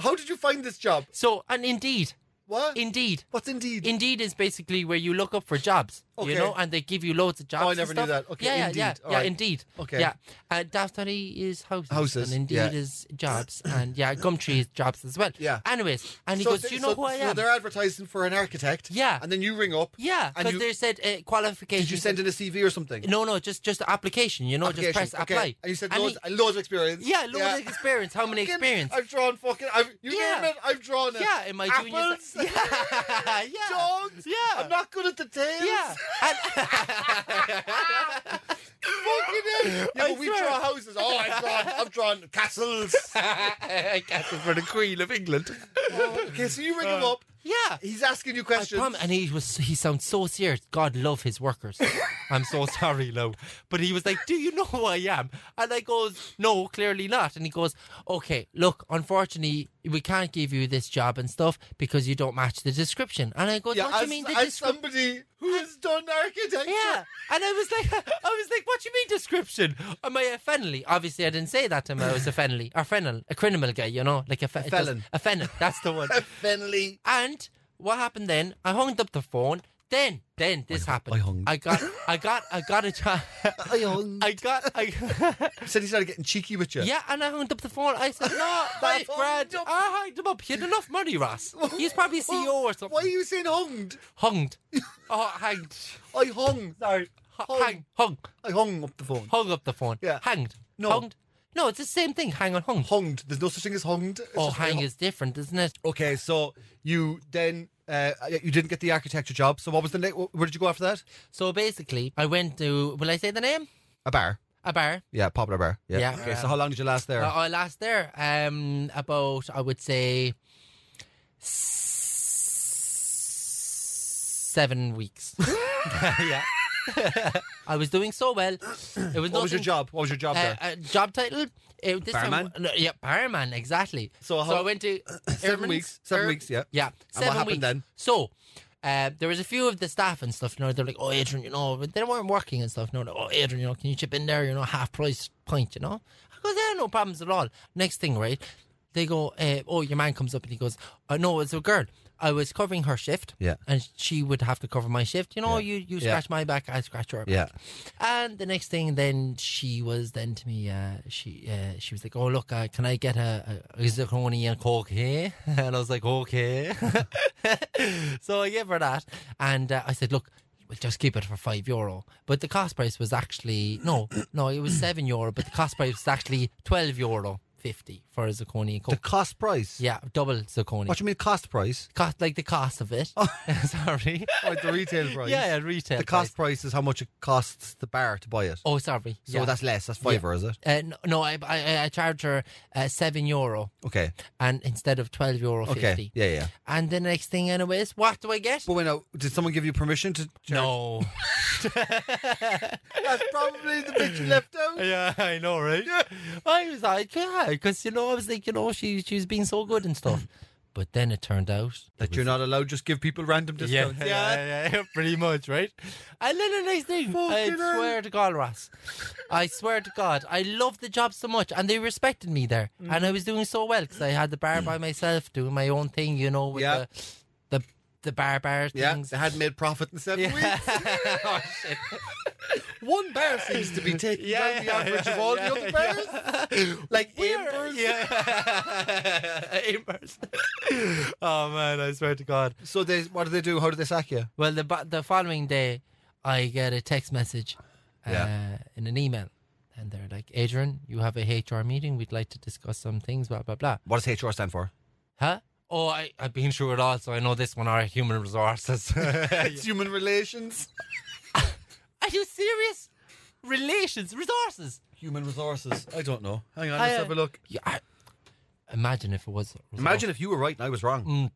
A: How did you find this job?
B: So, and indeed,
A: What?
B: indeed,
A: What's indeed?
B: indeed is basically where you look up for jobs,
A: Okay. Oh,
B: you know, and they give you loads of jobs.
A: I
B: and
A: never knew
B: stuff.
A: that. Okay,
B: yeah, yeah, yeah,
A: Indeed. All
B: yeah,
A: right.
B: indeed.
A: Okay.
B: yeah. Uh, Daftari is houses,
A: Houses,
B: and indeed
A: yeah.
B: is jobs, and yeah, Gumtree is jobs as well.
A: Yeah.
B: Anyways, and he
A: So
B: goes,
A: they-
B: "Do you know
A: so-
B: who I
A: so
B: am?"
A: they're advertising for an architect.
B: Yeah.
A: And then you ring up.
B: yeah,
A: And
B: because
A: you-
B: they said uh, qualifications.
A: Did you send in a CV or
B: [LAUGHS]
A: something?
B: No, no, just just the application. You know,
A: Application,
B: just press
A: okay.
B: apply.
A: And you said
B: And
A: loads,
B: he-
A: and loads of experience.
B: yeah, loads of experience. How many
A: Fucking-
B: experience?
A: I've drawn fucking. I've, you
B: Yeah.
A: know, I've drawn it.
B: Yeah, in my junior.
A: Apples.
B: Yeah, [LAUGHS] yeah,
A: [LAUGHS] Dogs.
B: Yeah.
A: I'm not good at the tails.
B: yeah. And-
A: Fucking
B: [LAUGHS]
A: hell. Yeah,
B: I
A: but we
B: swear.
A: draw houses. Oh, I've drawn. I've drawn castles.
B: I guess it's for the Queen of England.
A: okay, so you ring him up. [LAUGHS]
B: Yeah.
A: He's asking you
B: I
A: questions.
B: prom- and he was he sounds so serious. God love
A: [LAUGHS]
B: his workers. I'm so sorry, Lo. But he was like, Do you know who I am? And I goes, No, clearly not. And he goes, Okay, look, unfortunately, we can't give you this job and stuff because you don't match the description. And I go,
A: yeah,
B: What do you
A: as,
B: mean the
A: as
B: description?
A: somebody who has done architecture.
B: Yeah, and I was like, [LAUGHS] I was like, what do you mean description? Am I a fennelly? Obviously, I didn't say that to him. I was a fennelly, a fennel, a criminal guy, you know, like a, fe- it does-
A: felon. [LAUGHS]
B: a fennel. That's the one.
A: [LAUGHS] Finley.
B: and what happened then? I hung up the phone. Then, then this happened.
A: I hung.
B: I got, I got, I got a job.
A: I hung.
B: I got,
A: [LAUGHS]
B: I.
A: Said he started getting cheeky with you.
B: Yeah, and I hung up the phone. I
A: [LAUGHS]
B: said, "No, that's
A: hung
B: grand.
A: up-
B: I hung him up. He had enough money, Ross. He's probably CEO or something.
A: Why are you saying hunged? [LAUGHS]
B: Hunged. Oh, hanged.
A: I hung.
B: Sorry.
A: Hung.
B: Hung. Hung.
A: I hung up the phone.
B: Hung up the phone.
A: Yeah.
B: Hanged.
A: No.
B: Hunged. No, it's the same thing. Hang on. Hung.
A: Hunged. There's no such thing as hunged. It's
B: Oh,
A: just I
B: hang
A: hung.
B: is different, isn't it?
A: Okay, so you then uh, you didn't get the architecture job. So what was the next? Where did you go after that?
B: So basically, I went to. Will I say the name?
A: A bar.
B: A bar.
A: Yeah, popular bar. Yeah.
B: Yeah.
A: Okay, so how long did you last there?
B: Uh, I last there. Um, about I would say s- seven
A: [LAUGHS]
B: weeks. yeah. I was doing so well. It was
A: what was your
B: nothing-
A: job? What was your job
B: Uh,
A: there?
B: uh, job title? Uh, this time-
A: Barman?
B: no, yeah, barman. Exactly.
A: So how-
B: I went to
A: [COUGHS] seven
B: Irvin's-
A: weeks. Seven
B: Ir-
A: weeks. Yeah.
B: Yeah,
A: And what
B: seven
A: happened
B: weeks.
A: then?
B: So uh, there was a few of the staff and stuff. You know, they're like, "Oh, Adrian, you know," but they weren't working and stuff. You know, like, "Oh, Adrian, you know, can you chip in there? You know, half price pint, you know?" I go, "There, no problems at all." Next thing, right? They go, uh, "Oh, your man comes up and he goes, oh, no, it's a girl." I was covering her shift,
A: Yeah.
B: and she would have to cover my shift. You know, you you
A: Yeah.
B: scratch my back, I scratch her.
A: Yeah.
B: And the next thing, then she was then to me. Uh, she uh, she was like, "Oh look, uh, can I get a, a, a Zucchini and Coke here?" [LAUGHS] And I was like, "Okay." [LAUGHS] so I gave her that, and uh, I said, "Look, we'll just keep it for five euro." But the cost price was actually no, no, it was seven euro, but the cost price was actually twelve euro fifty for a Zucchini and
A: The
B: Coke.
A: cost price.
B: yeah, double Zucchini.
A: What do you mean cost
B: [LAUGHS]
A: price?
B: cost like the cost of it. [LAUGHS]
A: [LAUGHS]
B: sorry.
A: Like the retail price.
B: Yeah, yeah, retail.
A: The cost price is how much it costs the bar to buy it.
B: price. Oh, sorry.
A: so
B: yeah.
A: that's less. That's fiver, is it?
B: Uh, no, no, I, I I charged her uh, seven euro
A: Okay.
B: and instead of twelve euro
A: Okay.
B: fifty.
A: Yeah, yeah.
B: And the next thing, anyways, what do I get?
A: But wait, now, did someone give you permission to?
B: No.
A: That's probably the bit you left out.
B: [LAUGHS] yeah, I know, right? [LAUGHS] I was like, yeah, because you know, I was like, you know, she she was being so good and [LAUGHS] stuff, but then it turned out
A: That you're not allowed just give people random discounts.
B: yeah, yeah, pretty much, right? And then the next thing, I
A: Fucking hell.
B: swear to God, Ross, I swear to God, I loved the job so much, and they respected me there,
A: Mm.
B: and I was doing so well because I had the bar by myself, doing my own thing, you know, with
A: Yeah.
B: the the the bar bar
A: Yeah,
B: things.
A: they hadn't made profit in seven [LAUGHS] weeks.
B: oh, shit.
A: One bar seems to be taking
B: Yeah,
A: down the
B: yeah,
A: average
B: yeah,
A: of all
B: yeah,
A: the other bars. [LAUGHS] Like Amber's.
B: Yeah. [LAUGHS] Amber's. oh man, I swear to God.
A: So they, what do they do? How do they sack you?
B: Well, the bu- the following day, I get a text message, uh,
A: Yeah.
B: in an email, and they're like, "Adrian, you have a HR meeting. We'd like to discuss some things." Blah blah blah.
A: What does HR stand for?
B: Huh? Oh, I I've been through it all, so I know this one. Our human resources. [LAUGHS] Are
A: [LAUGHS] It's human relations.
B: you serious? Relations, resources.
A: Human resources. I don't know. Hang on,
B: I,
A: let's
B: uh,
A: have a look.
B: Yeah. I- imagine if it was. resource-
A: Imagine if you were right and I was wrong.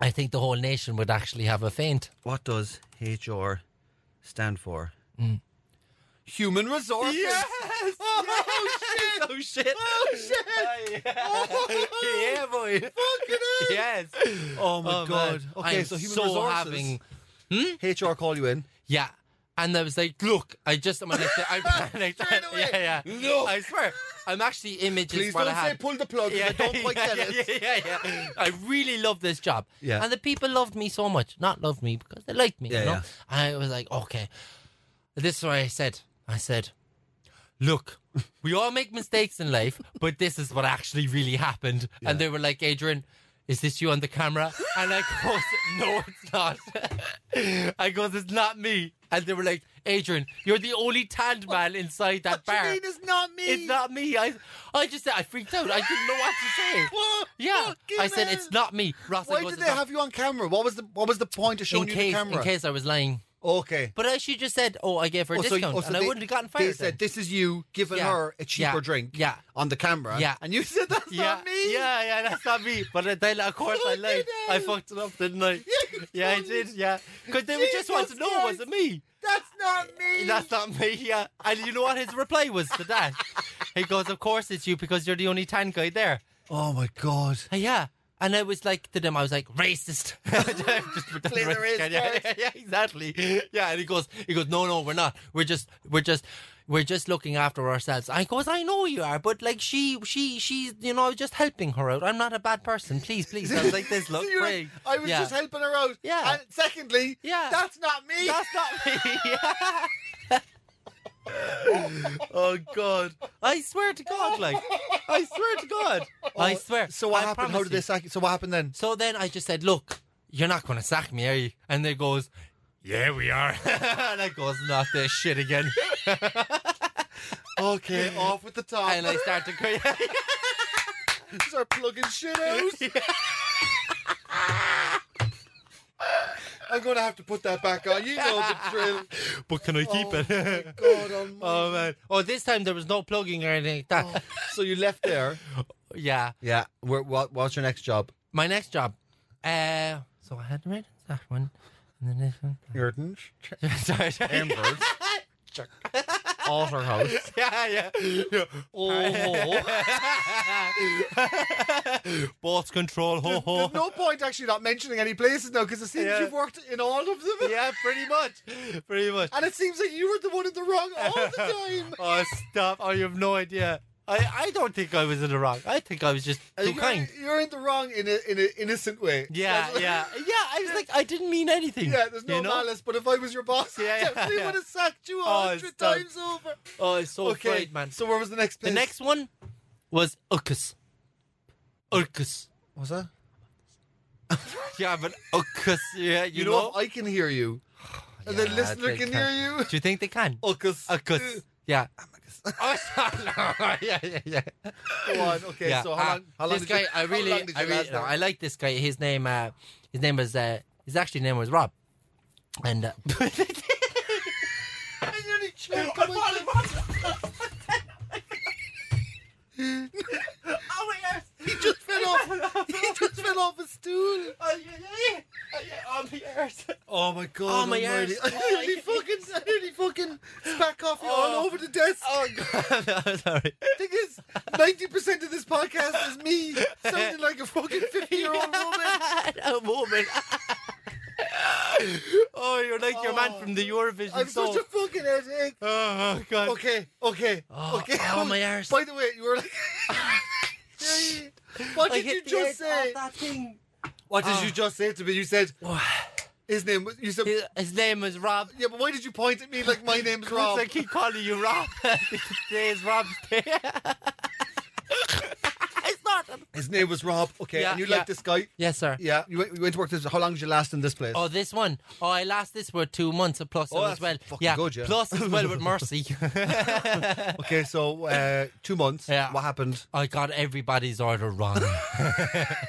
B: I think the whole nation would actually have a faint.
A: What does HR stand for? Human resources. Oh, shit!
B: [LAUGHS] Oh shit! Oh shit! yeah, boy.
A: Fucking hell.
B: Yes.
A: Oh my
B: Oh,
A: god.
B: man.
A: Okay,
B: I'm
A: so human
B: so
A: resources.
B: having
A: HR call you in.
B: yeah. And I was like, look, I just, I'm like,
A: [LAUGHS]
B: I panicked.
A: Straight away.
B: [LAUGHS] Yeah, yeah.
A: Look.
B: I swear, I'm actually images.
A: Please
B: what
A: don't
B: I had.
A: say pull the plug. 'cause I don't quite
B: [LAUGHS] yeah,
A: get
B: yeah,
A: it.
B: yeah, yeah, yeah. I really love this job.
A: Yeah.
B: And the people loved me so much. Not loved me because they liked me,
A: Yeah,
B: you know?
A: yeah.
B: I was like, okay. This is what I said. I said, look, we all make mistakes in life, but this is what actually really happened. And they were like, Adrian, is this you on the camera? And I goes, [LAUGHS] no, it's not. [LAUGHS] I goes, it's not me. And they were like, Adrian, you're the only tanned man inside that
A: What do
B: bar.
A: you mean it's not me?
C: [LAUGHS]
B: It's not me. I, I just said I freaked out. I didn't know what to say.
A: [LAUGHS] What?
B: Yeah,
A: Fucking
B: I said
A: hell.
B: it's not me. Ross, I
A: Why
B: goes,
A: did
B: "It's
A: they
B: not-"
A: have you on camera? What was the What was the point of showing
B: in
A: you
B: case
A: the camera?
B: in case I was lying?
A: okay.
B: But I, she just said, "Oh, I gave her a
A: Oh, so-
B: discount,"
A: oh, so
B: and
A: they-
B: I wouldn't have gotten
A: They
B: fired.
A: said
B: then.
A: this is you giving
B: Yeah.
A: her a cheaper
B: Yeah.
A: drink.
B: Yeah.
A: On the camera.
B: Yeah.
A: And you said that's
B: yeah,
A: not me.
B: yeah, yeah, [LAUGHS] that's not me. But then, of course, I
A: Fucking
B: lied. I
A: hell.
B: fucked it up, didn't I?
A: Yeah, [LAUGHS] you
B: yeah, I
A: fucked
B: did. Yeah, because they would just want to
A: Jesus
B: know was
A: Christ.
B: it me.
A: That's not me.
B: That's not me. Yeah, and you know what his reply was to that? he goes, "Of course it's you because you're the only tan guy there."
A: oh my god.
B: Uh, yeah. And I was like to them, I was like
C: [LAUGHS]
B: racist. [LAUGHS] Just pretend
A: Play the race
B: yeah, yeah, yeah, yeah, exactly. Yeah, and he goes, he goes, no, no, we're not. We're just, we're just. we're just looking after ourselves. I goes, I know you are, but like she, she, she's, you know, I was just helping her out. I'm not a bad person. Please, please. I was like
C: [LAUGHS]
B: this. Look,
C: So you're
B: pray.
C: like, I was
B: Yeah.
C: just helping her out.
B: Yeah.
C: And secondly,
B: Yeah.
C: that's not me.
B: That's not me. [LAUGHS] oh God! I swear to God, like I swear to God, I swear.
C: Oh, So what
B: I
C: happened? How
B: promise
C: did
B: you.
C: they sack you? So what happened then?
B: So then I just said, "Look, you're not going to sack me, are you?" And they goes, "Yeah, we are." [LAUGHS] and I goes, "Not this shit again." [LAUGHS]
C: Okay, off with the top.
B: and I start to cry.
C: Start plugging shit out.
B: [LAUGHS]
C: I'm gonna have to put that back on. You know the drill.
B: [LAUGHS] but can I keep
C: Oh,
B: it?
C: my God almighty.
B: oh man! Oh, this time there was no plugging or anything like that.
C: So you left there.
B: Yeah.
C: Yeah. Where, what, what's your next job?
B: My next job. Uh, so I had written that one, and then this one. [LAUGHS]
C: Erden.
B: sorry, sorry.
C: Embers. Otter House.
B: [LAUGHS]
A: [LAUGHS]
B: yeah, yeah. yeah. Oh. [LAUGHS] Boss control. Ho
C: There's,
B: ho.
C: there's no point actually not mentioning any places now because it seems
B: Yeah.
C: you've worked in all of them.
B: [LAUGHS] yeah, pretty much. Pretty much.
C: And it seems that you were the one in the wrong all
B: [LAUGHS]
C: the time.
B: Oh, stop. I have no idea. I, I don't think I was in the wrong. I think I was just too
C: you're,
B: kind.
C: you're in the wrong in a, in an innocent way.
B: Yeah,
C: That's- [LAUGHS]
B: yeah. Yeah, I was like, I didn't mean anything.
C: Yeah, there's no
B: you know?
C: malice, but if I was your boss,
B: Yeah,
C: [LAUGHS] I
B: yeah,
C: definitely
B: yeah. Oh,
C: would have sacked you a hundred
B: stop.
C: times over.
B: Oh, it's so
C: okay,
B: afraid, man.
C: So where was the next
B: the
C: place?
B: next one was Urkus. Urkus.
C: was that?
B: [LAUGHS] Yeah, but Urkus. Yeah, you,
C: You, know, if I can hear
B: [SIGHS]
C: you, and the
B: Yeah,
C: listener
B: they can.
C: can, hear you.
B: Do you think they can?
C: Uckus.
B: Urkus. Yeah.
C: [LAUGHS]
B: Oh, [LAUGHS] yeah, yeah, yeah.
C: Go on. Okay.
B: yeah.
C: So how
B: uh,
C: long? ah, How long
B: this
C: did you-
B: guy, I
C: how
B: really,
C: long did
B: I
C: you
B: really,
C: last
B: no,
C: there?
B: I like this guy. His name, uh, his name was, uh, his actually name was Rob, and uh,
C: [LAUGHS] I nearly choked on my- He just fell off. He just fell off a stool. Oh
B: Oh,
C: my god.
B: my
C: [LAUGHS] almighty.
B: arse.
C: I nearly fucking, I nearly fucking spat off you all
B: Oh.
C: over the desk.
B: [LAUGHS] oh god, I'm sorry.
C: thing is, ninety percent of this podcast is me sounding like a fucking [LAUGHS] fifty-year-old woman.
B: [LAUGHS] a
C: [LAUGHS]
B: woman. oh, you're like your man
C: Oh,
B: from the Eurovision
C: I'm
B: song.
C: such a fucking headache.
B: oh, oh, god.
C: Okay, okay,
B: Oh,
C: okay.
B: oh, my arse.
C: By the way, you were like, [LAUGHS] what
B: I
C: did
B: hit
C: you
B: the
C: just
B: edge of
C: say?
B: That thing.
C: What did
B: Oh.
C: you just say to me? You said his name. was- You said
B: His, his name was Rob.
C: yeah, but why did you point at me like my [LAUGHS] name's
B: Rob.
C: Rob?
B: I keep calling you
C: [LAUGHS]
B: Rob. [LAUGHS] Today is [LAUGHS] Rob's day. it's not.
C: His name was Rob. Okay,
B: Yeah,
C: and you
B: yeah.
C: like this guy?
B: Yes, sir.
C: Yeah, you went, you went to work this. How long did you last in this place?
B: Oh, this one. Oh, I last this for two months uh, plus
C: Oh,
B: as
C: that's
B: well.
C: fucking good, yeah.
B: Plus as
C: [LAUGHS]
B: well with Mercy.
C: Okay, so uh, two months.
B: Yeah.
C: What happened?
B: I got everybody's order
C: [LAUGHS]
B: wrong.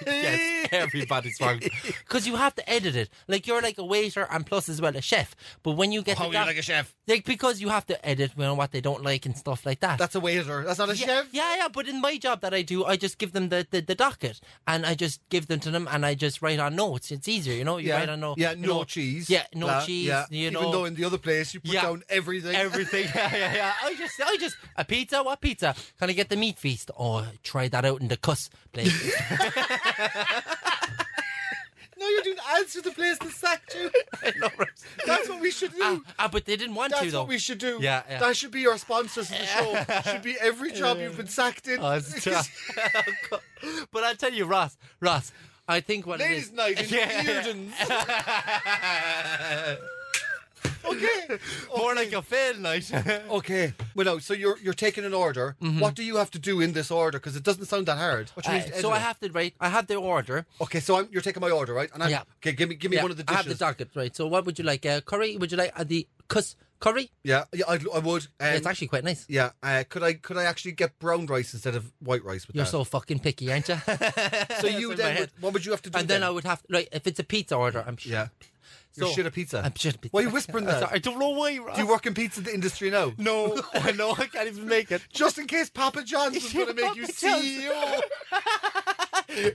B: yes, everybody's wrong. Because you have to edit it. Like you're like a waiter and plus as well a chef. But when you get the guy-
C: Oh, a chef?
B: like because you have to edit you know, what they don't like and stuff like that.
C: That's a waiter. That's not a
B: yeah,
C: chef.
B: Yeah, yeah, but in my job that I do, I just give them the, the, the docket and I just give them to them and I just write on notes. It's easier, you know? You write on notes.
C: yeah,
B: you
C: no
B: know,
C: cheese.
B: Yeah, no
C: Blah,
B: cheese.
C: yeah.
B: You
C: Even
B: know,
C: though in the other place you put
B: Yeah.
C: down everything.
B: [LAUGHS] everything. yeah, yeah, yeah. I just, I just, a pizza? What pizza? Can I get the meat feast? Oh, try that out in the cuss
C: [LAUGHS]
B: place.
C: no, you didn't answer the place that sacked [LAUGHS] you. That's what we should do.
B: ah, ah, but they didn't want
C: That's
B: to, though. [LAUGHS]
C: what we should do.
B: Yeah, yeah.
C: That should be our sponsors of the show. [LAUGHS] should be every job you've been sacked in.
B: Oh,
C: [LAUGHS]
B: it's tough. [LAUGHS] but I'll tell you, Ross, Ross, I think what
C: Ladies'
B: it is. [LAUGHS]
C: night in Bearden's. okay.
B: More like a fail
C: [LAUGHS]
B: night.
C: Okay. Well, no, so you're you're taking an order.
B: Mm-hmm.
C: What do you have to do in this order? Because it doesn't sound that hard. What you
B: Uh,
C: need to
B: so
C: edit
B: I
C: it.
B: have to write. I have the order.
C: Okay, so I'm, you're taking my order, right? And I'm,
B: Yeah.
C: Okay, give me give me
B: Yeah,
C: one of the
B: I
C: dishes.
B: have the docket, right? So what would you like? Uh, curry? Would you like uh, the cuss curry?
C: Yeah, yeah, I'd, I would. Um,
B: it's actually quite nice.
C: Yeah, uh, could I could I actually get brown rice instead of white rice with
B: You're
C: that?
B: so fucking picky, aren't you? [LAUGHS]
C: So you then would, what would you have to do?
B: and then I would have right if it's a pizza order. I'm sure.
C: yeah, you're
B: So-
C: shit at pizza.
B: I'm shit at pizza.
C: Why are you whispering
B: I'm
C: that?
B: sorry, I don't know why. Ross.
C: Do you work in pizza industry now?
B: No, [LAUGHS] no, I can't even make it.
C: Just in case Papa
B: [LAUGHS]
C: John's is going to make you
B: Papa John's.
C: CEO.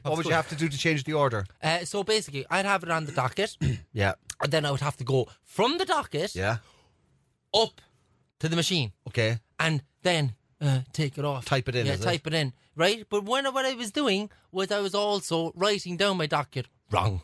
C: what would you have to do to change the order?
B: [LAUGHS] Uh, so basically, I'd have it on the docket, [CLEARS THROAT] and
C: Yeah,
B: then I would have to go from the docket
C: yeah.
B: up to the machine.
C: Okay,
B: and then uh, take it off.
C: Type it in,
B: Yeah,
C: is it?
B: type it? in. Right? But when what I was doing was I was also writing down my docket wrong.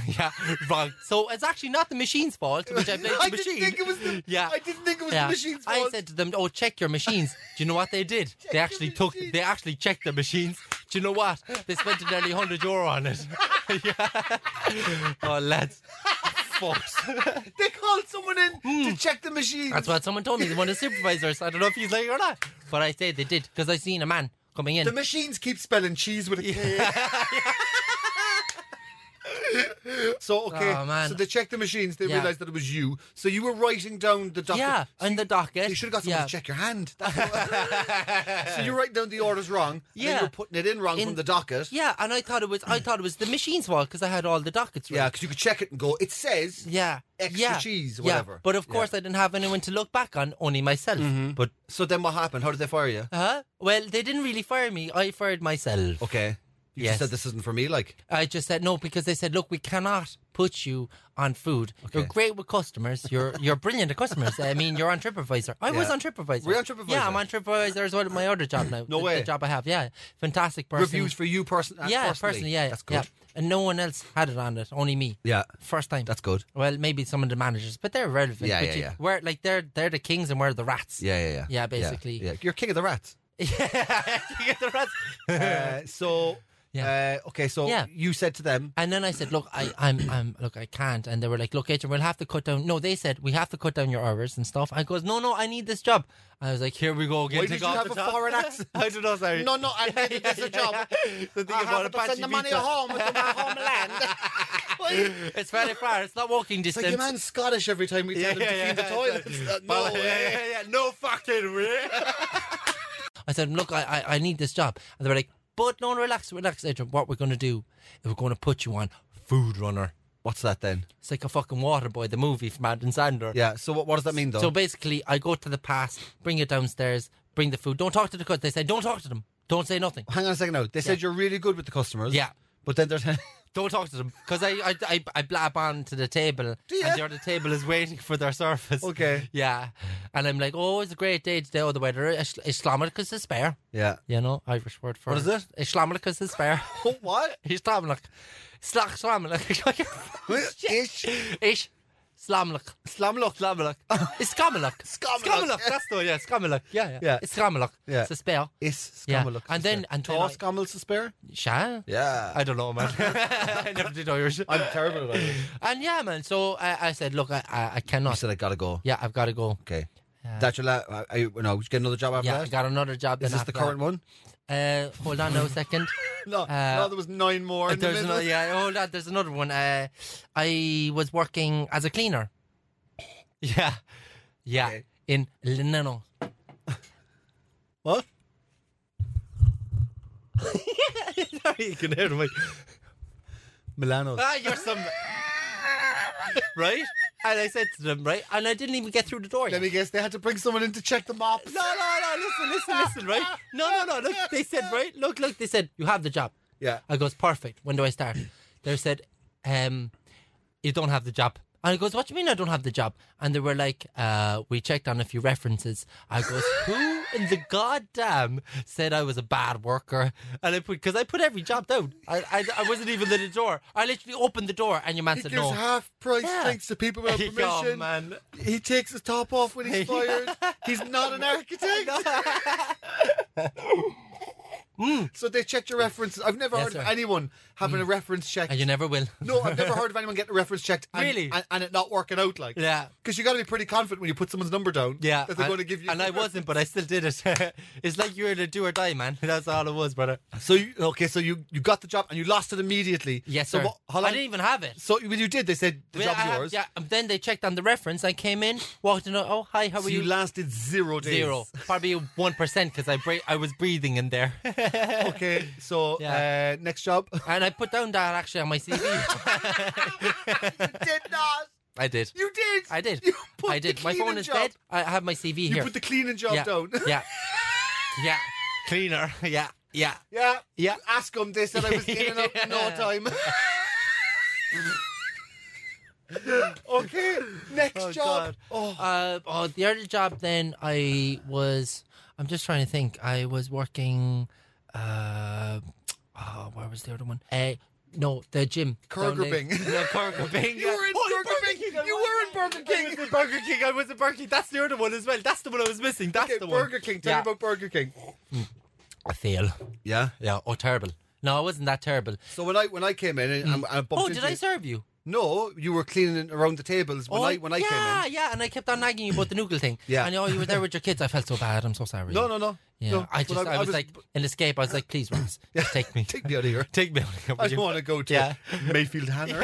B: [LAUGHS] yeah, wrong. So it's actually not the machine's fault, which I
C: [LAUGHS]
B: blame
A: [LAUGHS] I
B: the
A: didn't
B: machine.
A: think it was the.
B: Yeah.
A: I didn't think it was
B: Yeah.
A: [LAUGHS] the machine's
B: I
A: fault.
B: said to them, "Oh, check your machines." Do you know what they did? they
A: your
B: actually took.
A: machines.
B: They actually checked their machines. Do you know what? They spent nearly hundred euro on it. [LAUGHS] Yeah. Oh, lads, fucks.
A: they called someone in to check the machine.
B: "Hmm." That's what someone told me. One of the supervisors. I don't know if he's like it or not, but I say they did because I seen a man coming in.
A: The machines keep spelling cheese with a K.
B: [LAUGHS]
A: so okay,
B: Oh, man.
A: so they checked the machines. They
B: Yeah.
A: realized that it was you. So you were writing down the document.
B: yeah, and the docket.
A: You should have got someone
B: yeah.
A: to check your
B: [LAUGHS]
A: hand. That's what- so you're writing down the orders wrong. And then
B: Yeah.
A: you're putting it in wrong
B: In-
A: from the docket.
B: Yeah, and I thought it was. I thought it was the machine's fault because I had all the dockets. Right.
A: Yeah, because you could check it and go. It says.
B: Yeah.
A: Extra
B: yeah,
A: cheese,
B: yeah,
A: whatever.
B: But of
A: Yeah. Mm-hmm.
B: course, I didn't have anyone to look back on, only myself.
C: Mm-hmm.
B: But
A: So then what happened? How did they fire you?
B: Huh? Well, they didn't really fire me. I fired myself.
A: Okay. You just
B: Yes.
A: said this isn't for me. Like
B: I just said no because they said, "Look, we cannot put you on food. You're great with customers. You're you're brilliant at customers. I mean, you're on TripAdvisor. I was
A: Yeah.
B: on TripAdvisor.
A: Were you on TripAdvisor?
B: Yeah, I'm on TripAdvisor as well. at My other job now.
A: [COUGHS] No
B: the,
A: way.
B: The job I have. Yeah, fantastic person.
A: reviews for you person. uh,
B: yeah,
A: personally.
B: yeah,
A: That's
B: yeah.
A: good.
B: And no one else had it on it. Only me.
A: Yeah.
B: First time.
A: that's good.
B: well, maybe some of the managers, but they're relevant.
A: Yeah,
B: but
A: yeah,
B: you-
A: yeah.
B: We're like they're they're the kings and we're the rats. [LAUGHS]
A: Yeah, yeah, yeah.
B: Yeah, basically.
A: Yeah, you're king of the
B: [LAUGHS]
A: rats.
B: yeah. you get the rats.
A: Uh, so
B: Yeah.
A: uh, okay, so
B: Yeah.
A: you said to them,
B: And then I said, "Look, I, I'm, I'm, look, I can't." And they were like, "Look, Adrian, we'll have to cut down." No, they said we have to cut down your hours and stuff. I goes, "No, no, I need this job." I was like, "Here we go again."
A: "Why
B: take
A: did you
B: off
A: have
B: the
A: a
B: top." [LAUGHS]
A: foreign accent?"
B: I don't know, sorry.
A: "No, no, I need it as a
B: [LAUGHS]
A: job.
B: The thing
A: I
B: about
A: have to
B: Apache
A: send the money
B: pizza.
A: home to my homeland." [LAUGHS] Why?
B: [LAUGHS] It's very far. It's not walking
A: It's
B: distance.
A: like your man's Scottish every time we tell him to clean the toilets. Uh, no
B: But-
A: way.
B: yeah, yeah, no fucking way. [LAUGHS] I said, look, I, I, I need this job. And they were like, but no, relax, relax, Adrian. What we're going to do is we're going to put you on Food Runner.
A: What's that then?
B: It's like a fucking water boy, the movie from Adam Sandler.
A: Yeah. So what, what does that mean though?
B: So basically, I go to the pass, bring it downstairs, bring the food. Don't talk to the cook. They say, don't talk to them. Don't
A: [LAUGHS]
B: say nothing.
A: Hang on a second now. They said you're really good with the customers.
B: Yeah.
A: But then there's [LAUGHS]
B: Don't talk to them. Because I, I, I, I blab on to the table.
A: ya?
B: And the other table is waiting for their service.
A: Okay.
B: [LAUGHS] Yeah. And I'm like, oh, it's a great day today. Oh, the weather is is spare.
A: yeah.
B: You know, Irish word for
A: What is it?
B: Islamic is spare.
A: [LAUGHS] Oh,
B: [LAUGHS]
A: what?
B: Islamic. Slach Islamic.
A: Ish.
B: [LAUGHS] Ish.
A: [LAUGHS]
B: Slamlock. Slamlock. Slamlock. It's Scamalok.
A: Scamalok. [LAUGHS]
B: That's the one, yeah. Scamalok. Yeah, yeah.
A: Yeah.
B: It's Scamalok.
A: Yeah.
B: It's a spell.
A: Is
B: Yeah.
A: Scamaluk.
B: And then- and then
A: Tá
B: I-
A: Scamaluk to spare?
B: Sha?
A: Yeah.
B: I don't know,
A: [LAUGHS]
B: man. I never did Irish.
A: I'm terrible at it.
B: And yeah, man. So I, I said, look, I, I, I
A: I
B: cannot.
A: said I gotta go.
B: yeah, I've got to go.
A: Okay. That's your last. Are you, no, did you get another job after
B: Yeah, I
A: that?
B: got another job.
A: Is
B: then
A: this the
B: after
A: current one?
B: that. Uh,
A: [LAUGHS]
B: hold on now a second.
A: No,
B: Uh,
A: no, there was nine more in the
B: there's
A: middle.
B: another, yeah, hold on. There's another one. Uh, I was working as a cleaner. Yeah, yeah,
A: Okay.
B: in Linano.
A: What?
B: you can hear me.
A: Milano.
B: Ah,
A: [LAUGHS]
B: you're some right. And I said to them, right, and I didn't even get through the door.
A: Let
B: Yet.
A: me guess, they had to bring someone in to check the mop.
B: No, no, no, listen, listen, listen, right? No, no, no, look, they said, right? Look, look, they said, you have the job.
A: Yeah.
B: I goes, perfect. When do I start? They said, um, you don't have the job. And I goes, what do you mean I don't have the job? And they were like, uh, we checked on a few references. I goes, who in the goddamn said I was a bad worker? And I put, because I put every job down. I, I, I wasn't even at the door. I literally opened the door and your man
A: He
B: said
A: gives
B: no.
A: half price
B: [LAUGHS] Yeah.
A: thanks to people without
B: He- oh,
A: permission.
B: man.
A: He takes his top off when
B: [LAUGHS]
A: he's fired. he's not an architect. So they checked your references. I've never
B: Yes,
A: heard of
B: sir. Mm.
A: anyone having a reference check.
B: And you never will. [LAUGHS]
A: no, I've never heard of anyone getting a reference checked and,
B: Really?
A: and, and it not working out like
B: Yeah.
A: Because you got to be pretty confident when you put someone's number down
B: Yeah,
A: that they're
B: and-
A: going to give you
B: And I wasn't, but I still did it. [LAUGHS] it's like you were the do or die, man. [LAUGHS] That's all it was, brother.
A: So you, okay, so you you got the job and you lost it immediately.
B: Yes,
A: so
B: sir.
A: what- how
B: I
A: long-
B: didn't even have it.
A: So when you did, they said the
B: Well,
A: job's
B: I have-
A: yours.
B: yeah, and then they checked on the reference. I came in, walked in. Oh, hi, how are
A: So you lasted zero days.
B: Zero, probably one percent because I bra- I was breathing in there,
A: [LAUGHS]
B: [LAUGHS]
A: Okay, so
B: Yeah.
A: uh, next
B: [LAUGHS]
A: job.
B: and I put down that actually on
A: [LAUGHS]
B: my CV.
A: did not.
B: I did,
A: You did.
B: I did,
A: You put
B: I did.
A: the
B: my phone
A: cleaning
B: is
A: job-
B: dead. I have my CV
A: You
B: here.
A: put the cleaning job
B: yeah. [LAUGHS]
A: down. [LAUGHS]
B: yeah, yeah, cleaner. Yeah, yeah.
A: yeah.
B: Yeah.
A: Ask them. They said I was in and out in no
B: Yeah. [LAUGHS]
A: time. okay. Next
B: Oh,
A: job.
B: God. Uh, oh, the other job then I was. I'm just trying to think. I was working. Uh, oh, where was the other one? Uh, No, the gym. down
A: Burger
B: there. [LAUGHS]
A: Bing.
B: No, Burger Bing.
A: You were in
B: Oh,
A: Burger King.
B: I
A: You
B: was.
A: were in Burger
B: I
A: King.
B: was in Burger King. I was in Burger King. That's the other one as well. That's the one I was missing. That's
A: Okay,
B: the one.
A: Burger King. Tell me about Burger King.
B: I fail.
A: Yeah.
B: Yeah. Oh, terrible. No, it wasn't that terrible.
A: So when I when I came in and, and I bumped
B: Oh,
A: into
B: did I
A: you-
B: serve you?
A: No, you were cleaning around the tables when
B: oh,
A: I when I
B: yeah,
A: came in.
B: yeah, and I kept on nagging you about the noodle thing.
A: Yeah.
B: And oh, you were there with your kids. I felt so bad. I'm so sorry.
A: No, no, no.
B: Yeah,
A: no.
B: I
A: When
B: just, I, was, like, in escape, I was like, please, Ross,
A: [LAUGHS]
B: take me.
A: take me out of here.
B: [LAUGHS] Take me. out of here,
A: I
B: would you?
A: don't want to go to
B: Yeah.
A: [LAUGHS] Mayfield Hanner.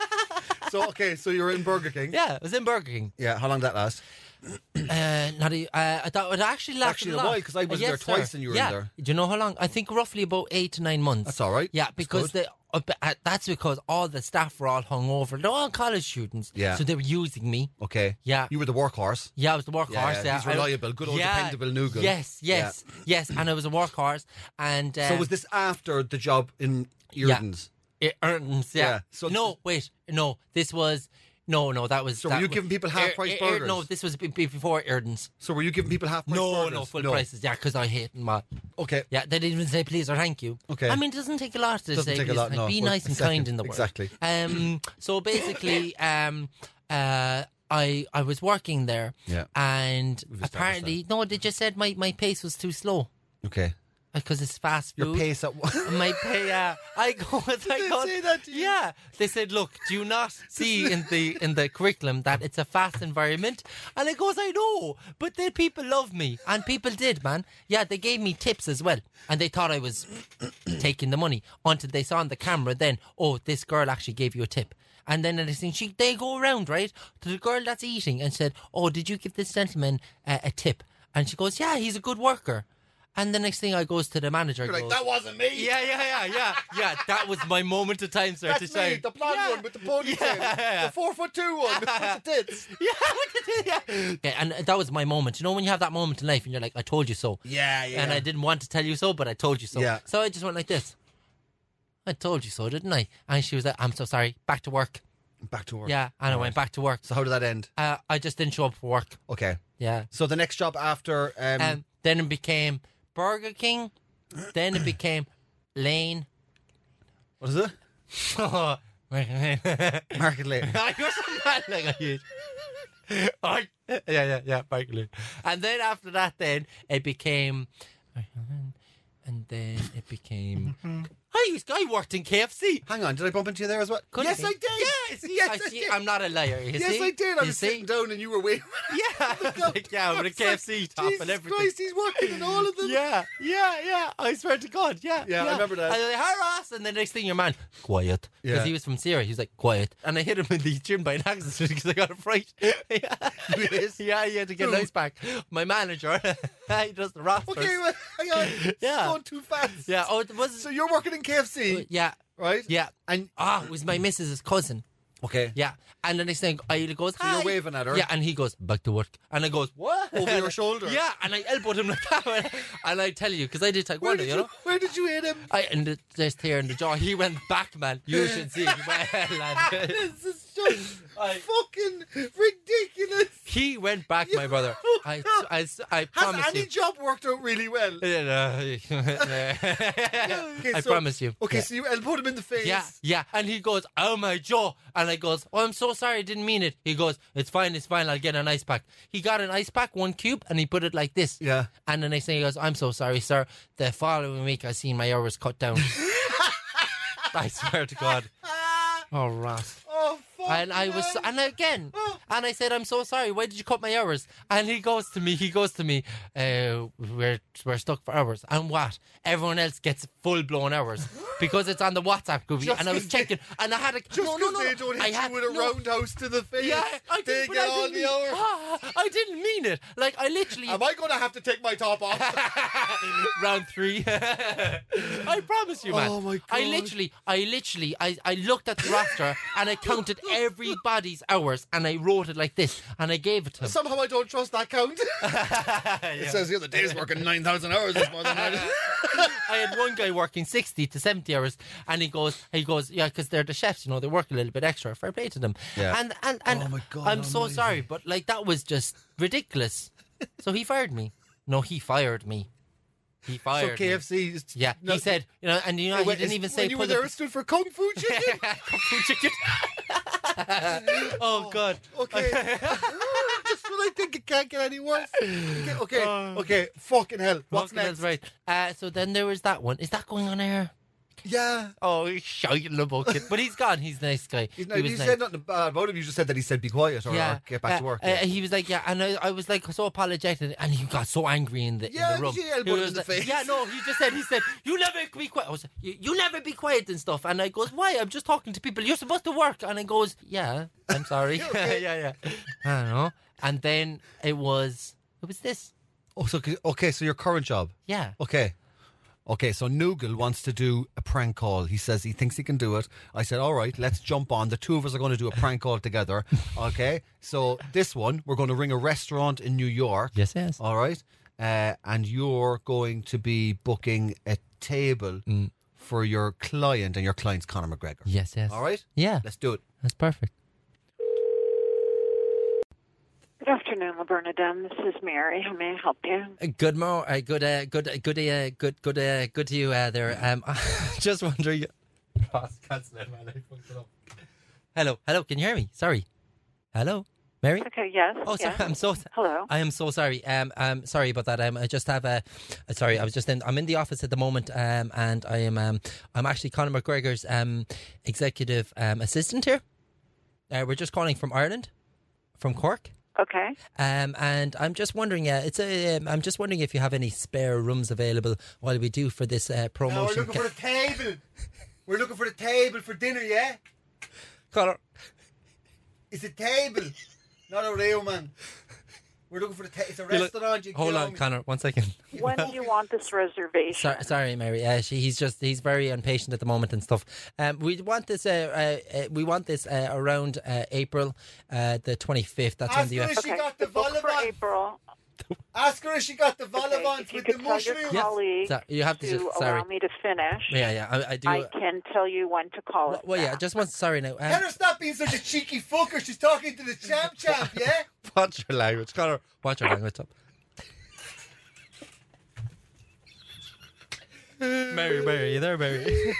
A: [LAUGHS] so okay, so you're in Burger King.
B: Yeah, it was in Burger King. [CLEARS THROAT]
A: Yeah, how long did that last?
B: Uh, not a, uh, I thought it actually lasted
A: Actually,
B: a
A: a
B: lot. Uh,
A: while, 'cause I was there twice and you were in
B: yeah.
A: there.
B: Do you know how long? I think roughly about eight to nine months.
A: That's all right.
B: Yeah,
A: That's
B: because
A: good.
B: the uh, b- uh, that's because all the staff were all hungover. They're all college students.
A: Yeah.
B: So they were using me.
A: okay,
B: Yeah.
A: you were the workhorse.
B: Yeah, I was the workhorse.
A: Yeah,
B: Yeah,
A: he's
B: I-
A: reliable, good old dependable Nougat.
B: Yes, yes, yes. And I was a workhorse. And uh,
A: So was this after the job in
B: Yeah.
A: Earden's?
B: It earns, yeah.
A: Yeah, so-
B: no, wait, no. This was no, no. That was.
A: So
B: that
A: were you
B: was-
A: giving people
B: Ear-
A: half-price
B: Ear- Ear-
A: burgers?
B: No, this was b- b- before Erden's.
A: So were you giving people half price
B: No,
A: burgers?
B: no, full prices. Yeah, because I hate them. all.
A: Okay.
B: Yeah, they didn't even say please or thank you.
A: Okay.
B: I mean, it doesn't take a lot to
A: Doesn't
B: say
A: take a
B: please.
A: lot,
B: and
A: no.
B: thank- Be
A: Well,
B: nice and
A: exactly,
B: kind in the world.
A: exactly.
B: Um. So
A: [COUGHS]
B: basically, um, uh, I I was working there.
A: Yeah.
B: And
A: established
B: apparently, no, they just said my my pace was too slow
A: Okay.
B: because it's fast food.
A: Your pace [LAUGHS]
B: [LAUGHS]
A: at what?
B: My pay, yeah. I go. [LAUGHS] I
A: they
B: go,
A: say that to you?
B: Yeah, they said, look, do you
A: [LAUGHS]
B: not see in the in the curriculum that it's a fast environment? And it goes, I know, but then people love me, and people did, man. Yeah, they gave me tips as well, and they thought I was
A: [COUGHS]
B: taking the money until they saw on the camera. Then, oh, this girl actually gave you a tip. And then the next thing, she they go around right to the girl that's eating and said, "Oh, did you give this gentleman uh, a tip?" And she goes, "Yeah, he's a good worker." And the next thing I goes to the manager. and goes,
A: wasn't me.
B: yeah, yeah, yeah, yeah, yeah. That was my moment of time, sir. to
A: That's
B: shine.
A: me, the blonde
B: yeah.
A: one with the ponytail, the four foot two one with the
B: [LAUGHS]
A: tits.
B: Yeah, with the- yeah. Okay, and that was my moment. You know, when you have that moment in life, and you're like, "I told you so,"
A: Yeah, yeah.
B: and I didn't want to tell you so, but I told you so.
A: Yeah.
B: So I just went like this. I told you so, didn't I? And she was like, "I'm so sorry. Back to work."
A: back to work.
B: Yeah, and I went back to work.
A: So how did that end?
B: Uh, I just didn't show up for work.
A: Okay.
B: Yeah.
A: So the next job after um,
B: Um, then it became Burger King. Then it became Lane. [LAUGHS]
A: what is it? Market lane.
B: I was mad like I did. Oh, yeah, yeah, yeah, Barkley. And then after that, then it became, and then it became.
A: Mm-hmm.
B: I used I worked in KFC.
A: Hang on, did I bump into you there as well?
B: Couldn't
A: yes,
B: be.
A: I did.
B: Yeah, see,
A: yes,
B: I
A: I,
B: see,
A: did.
B: I'm not a liar. You
A: yes,
B: see?
A: I did. I
B: You
A: was oh
B: see?
A: sitting down and you were waiting.
B: Yeah, [LAUGHS] like, yeah, with a KFC top
A: Jesus
B: and everything.
A: Christ, he's working in all of them.
B: Yeah, yeah, yeah. I swear to God, yeah.
A: Yeah, I remember that.
B: And they harass, and the next thing your man, quiet. Because
A: Yeah.
B: he was from Syria. He was like, quiet. And I hit him in the gym by an accident [LAUGHS] because I got a
A: [LAUGHS]
B: fright. yeah.
A: Yes.
B: [LAUGHS] yeah, he had to get
A: Who?
B: an ice back. My manager, [LAUGHS] he does the rosters.
A: Okay, well, hang on. It's
B: Yeah.
A: going too fast.
B: Yeah, oh, it
A: So
B: was.
A: you're working in KFC,
B: Yeah,
A: right?
B: yeah.
A: And
B: Ah, it was my missus's cousin.
A: okay.
B: Yeah. And the next thing, I goes,
A: So you're
B: "Hi."
A: waving at her.
B: Yeah, and he goes back to work, and I goes what
A: Over your
B: [LAUGHS]
A: shoulder.
B: Yeah, and I elbowed him like that, [LAUGHS] and I tell you because I did
A: Where
B: taekwondo,
A: did
B: you
A: you,
B: know.
A: where did you hit him?
B: [LAUGHS] I and the, just here in the jaw, he went back, man. You should see. He went, [LAUGHS] lad.
A: this is just
B: I-
A: fucking ridiculous.
B: He went back, my brother. I, I, I
A: Has
B: promise
A: any
B: you.
A: job worked out really well?
B: Yeah, no.
A: [LAUGHS] Okay,
B: I
A: so-
B: promise you.
A: Okay,
B: Yeah.
A: so you elbowed him in the face.
B: Yeah, yeah. And he goes, Oh my jaw. And I goes, Oh, I'm so sorry, I didn't mean it. He goes, It's fine, it's fine, I'll get an ice pack. He got an ice pack, one cube, and he put it like this.
A: Yeah.
B: And the next thing he goes, I'm so sorry, sir. The following week I seen my hours
A: [LAUGHS]
B: cut down. I swear to God.
A: Ah,
B: Oh Ross.
A: oh fuck.
B: And I was,
A: hell.
B: and again, and I said, "I'm so sorry. Why did you cut my hours?" And he goes to me, he goes to me, uh, "We're we're stuck for hours." And what? Everyone else gets full blown
A: [GASPS]
B: hours because it's on the WhatsApp group.
A: Just
B: and I was
A: 'cause
B: checking, and I had a
A: Just
B: no,
A: 'cause
B: no, no,
A: they
B: no.
A: don't
B: I
A: hit
B: had
A: you with a
B: no.
A: roundhouse to the face,
B: Yeah, I did,
A: they
B: but
A: get
B: I
A: all
B: didn't
A: the
B: mean-
A: hours.
B: Ah, I didn't mean it. Like I literally
A: Am I going to have to take my top
B: [LAUGHS]
A: off?
B: round three. [LAUGHS] I promise you, man.
A: Oh, my
B: I
A: God.
B: literally, I literally, I, I looked at the roster and I
A: [LAUGHS]
B: counted everybody's hours and I wrote it like this and I gave it to him.
A: Somehow I don't trust that
B: [LAUGHS]
A: count. It says the other day he's working 9,000 hours this
B: [LAUGHS]
A: month. and I-
B: I had one guy working sixty to seventy hours, and he goes, he goes, yeah, because they're the chefs, you know, they work a little bit extra. Fair play to them.
A: Yeah.
B: And and and
A: Oh my God,
B: I'm so
A: amazing.
B: sorry, but like that was just ridiculous. so he fired me. No, he fired me. He
A: So
B: fired. me.
A: KFC. is-
B: Yeah,
A: No,
B: he said, you know, and you know,
A: Wait,
B: he
A: wait,
B: didn't
A: is-
B: even
A: when
B: say
A: you
B: pull
A: were
B: the-
A: there. It stood for kung fu
B: [LAUGHS]
A: chicken.
B: Kung Fu [LAUGHS] chicken. oh God. [LAUGHS]
A: Okay. Just when I think it can't get any worse. Okay, okay,
B: Oh.
A: okay. Fucking hell. What's
B: Okay,
A: next?
B: That's right. Uh, so then there was that one. Is that going on air?
A: Yeah.
B: Oh, he's shouting in the bucket. But he's gone. He's a nice guy.
A: He's
B: He
A: not, you
B: was nice.
A: said nothing bad about him. You just said that he said be quiet or, or get back
B: uh,
A: to work.
B: uh, he was like, yeah, and I, I was like so apologetic, and he got so angry in the,
A: Yeah,
B: in the room.
A: you elbowed
B: He
A: him
B: was
A: in the
B: like-
A: face.
B: Yeah, no, he just said, he said, you never be quiet. I was, you, you never be quiet and stuff. And I goes, why? I'm just talking to people. You're supposed to work. And I goes, yeah, I'm sorry.
A: You're [LAUGHS] okay.
B: [LAUGHS] yeah, yeah. I don't know. And then it was, it was this.
A: oh, so, okay, so your current job.
B: Yeah.
A: Okay. Okay, so Noogle wants to do a prank call. He says he thinks he can do it. I said, all right, let's jump on. The two of us are going to do a prank call
B: [LAUGHS]
A: together. Okay, so this one, we're going to ring a restaurant in New York.
B: Yes, yes.
A: All right. Uh, and you're going to be booking a table for your client, and your client's Conor McGregor.
B: Mm. Yes, yes.
A: All right.
B: Yeah,
A: Let's do it.
B: that's perfect.
D: Good afternoon, Laverna Dunn. This is Mary. How may I help you?
B: Uh, Good mo, uh, good, uh, good, uh, good, uh, good, good, uh, good to you uh, there. Um, [LAUGHS] just wondering. [LAUGHS] Hello, hello. Can you hear me? Sorry. Hello, Mary.
D: Okay, yes.
B: Oh, sorry. [LAUGHS]
D: yes.
B: I'm so.
D: Hello.
B: I am so sorry. Um, I'm sorry about that. Um, I just have a. uh, Sorry, I was just in. I'm in the office at the moment. Um, and I am. Um, I'm actually Conor McGregor's um, executive um assistant here. Uh, we're just calling from Ireland, from Cork. [LAUGHS]
D: Okay.
B: Um, and I'm just wondering, uh, it's a, um, I'm just wondering if you have any spare rooms available while we do for this
A: Oh,
B: uh, promotion.
A: a table. We're looking for a table for dinner. Yeah,
B: Connor,
A: it's a table, not a real man. We're looking for a. it's a
B: You look- hold on, Connor, one second.
D: When do you want this reservation?
B: Sorry, sorry, Mary. Uh, she, he's just he's very impatient at the moment and stuff. Um, we want this. Uh, uh, uh, we want this uh, around uh, April, uh, the twenty fifth. That's when the UFC.
D: Okay. the book for April.
A: Ask her if she got the
D: Okay, if you could tell your
B: Yes.
D: colleague
B: So- you have to.
D: to
B: just- sorry.
D: allow me to finish,
B: Yeah, yeah. I, I do.
D: I can tell you when to call
B: well,
D: it.
B: well, yeah.
D: back.
B: Just one. Sorry now. Um,
A: Tell her stop being such a cheeky fucker. She's talking to the champ, champ. Yeah.
B: Watch your language, Connor. Watch your language up. Mary, Mary, you there, Mary?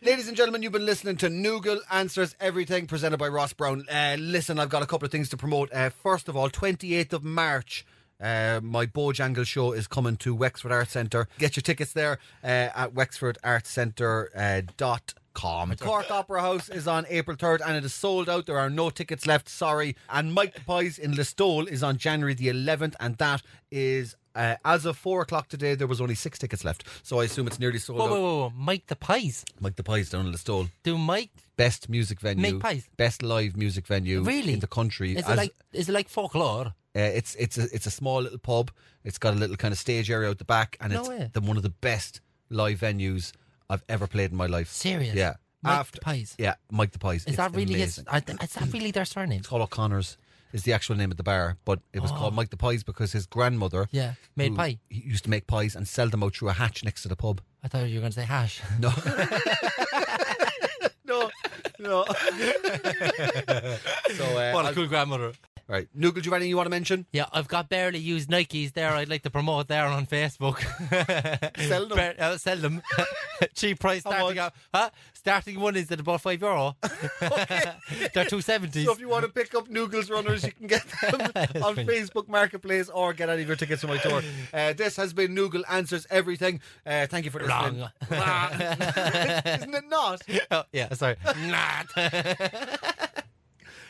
A: Ladies and gentlemen, you've been listening to Noogle Answers Everything, presented by Ross Brown. Uh, listen, I've got a couple of things to promote. Uh, first of all, 28th of March. Uh, my Bojangle show is coming to Wexford Arts Centre. Get your tickets there uh, at wexfordartscentre.com. Cork Opera House is on April 3rd and it is sold out. There are no tickets left, sorry. And Mike the Pies in Listowel is on January the 11th, and that is uh, as of 4 o'clock today. There was only six tickets left, so I assume it's nearly sold
B: whoa,
A: out.
B: whoa, whoa, whoa. Mike the Pies.
A: Mike the Pies down in Listowel
B: Do Mike.
A: best music venue,
B: Make pies.
A: best live music venue
B: Really?
A: in the country.
B: Is it
A: As-
B: like is it like folklore?
A: uh, it's it's a it's a small little pub. It's got a little kind of stage area out the back, and
B: No
A: it's
B: way.
A: the one of the best live venues I've ever played in my life.
B: Serious?
A: Yeah.
B: Mike the Pies.
A: Yeah, Mike the Pies.
B: Is that really
A: amazing.
B: his? Are th- is that really their surname?
A: It's called O'Connor's. Is the actual name of the bar, but it was called Mike the Pies because his grandmother
B: Oh. Yeah, made
A: who-
B: pie.
A: He used to make pies and sell them out through a hatch next to the pub.
B: I thought you were going to say
A: [LAUGHS]
B: hash.
A: No. no, no. so, uh, I'll-
B: cool grandmother!
A: right, Noogle, do you have anything you want to mention?
B: Yeah, I've got barely used Nikes there. I'd like to promote there on Facebook.
A: [LAUGHS] Sell them.
B: Bar- uh, sell them. [LAUGHS] Cheap price
A: How
B: starting
A: much?
B: out. Huh? Starting one is at about
A: [LAUGHS]
B: five euro. [LAUGHS] They're two seventies.
A: So if you want to pick up Noogles runners, you can get them on Facebook Marketplace or get any of your tickets to my tour. Uh, this has been Noogle Answers Everything. Uh, thank you for listening.
B: Wrong.
A: Wrong. Isn't it not?
B: Oh, [LAUGHS] yeah,
A: [LAUGHS]
B: sorry. Nah.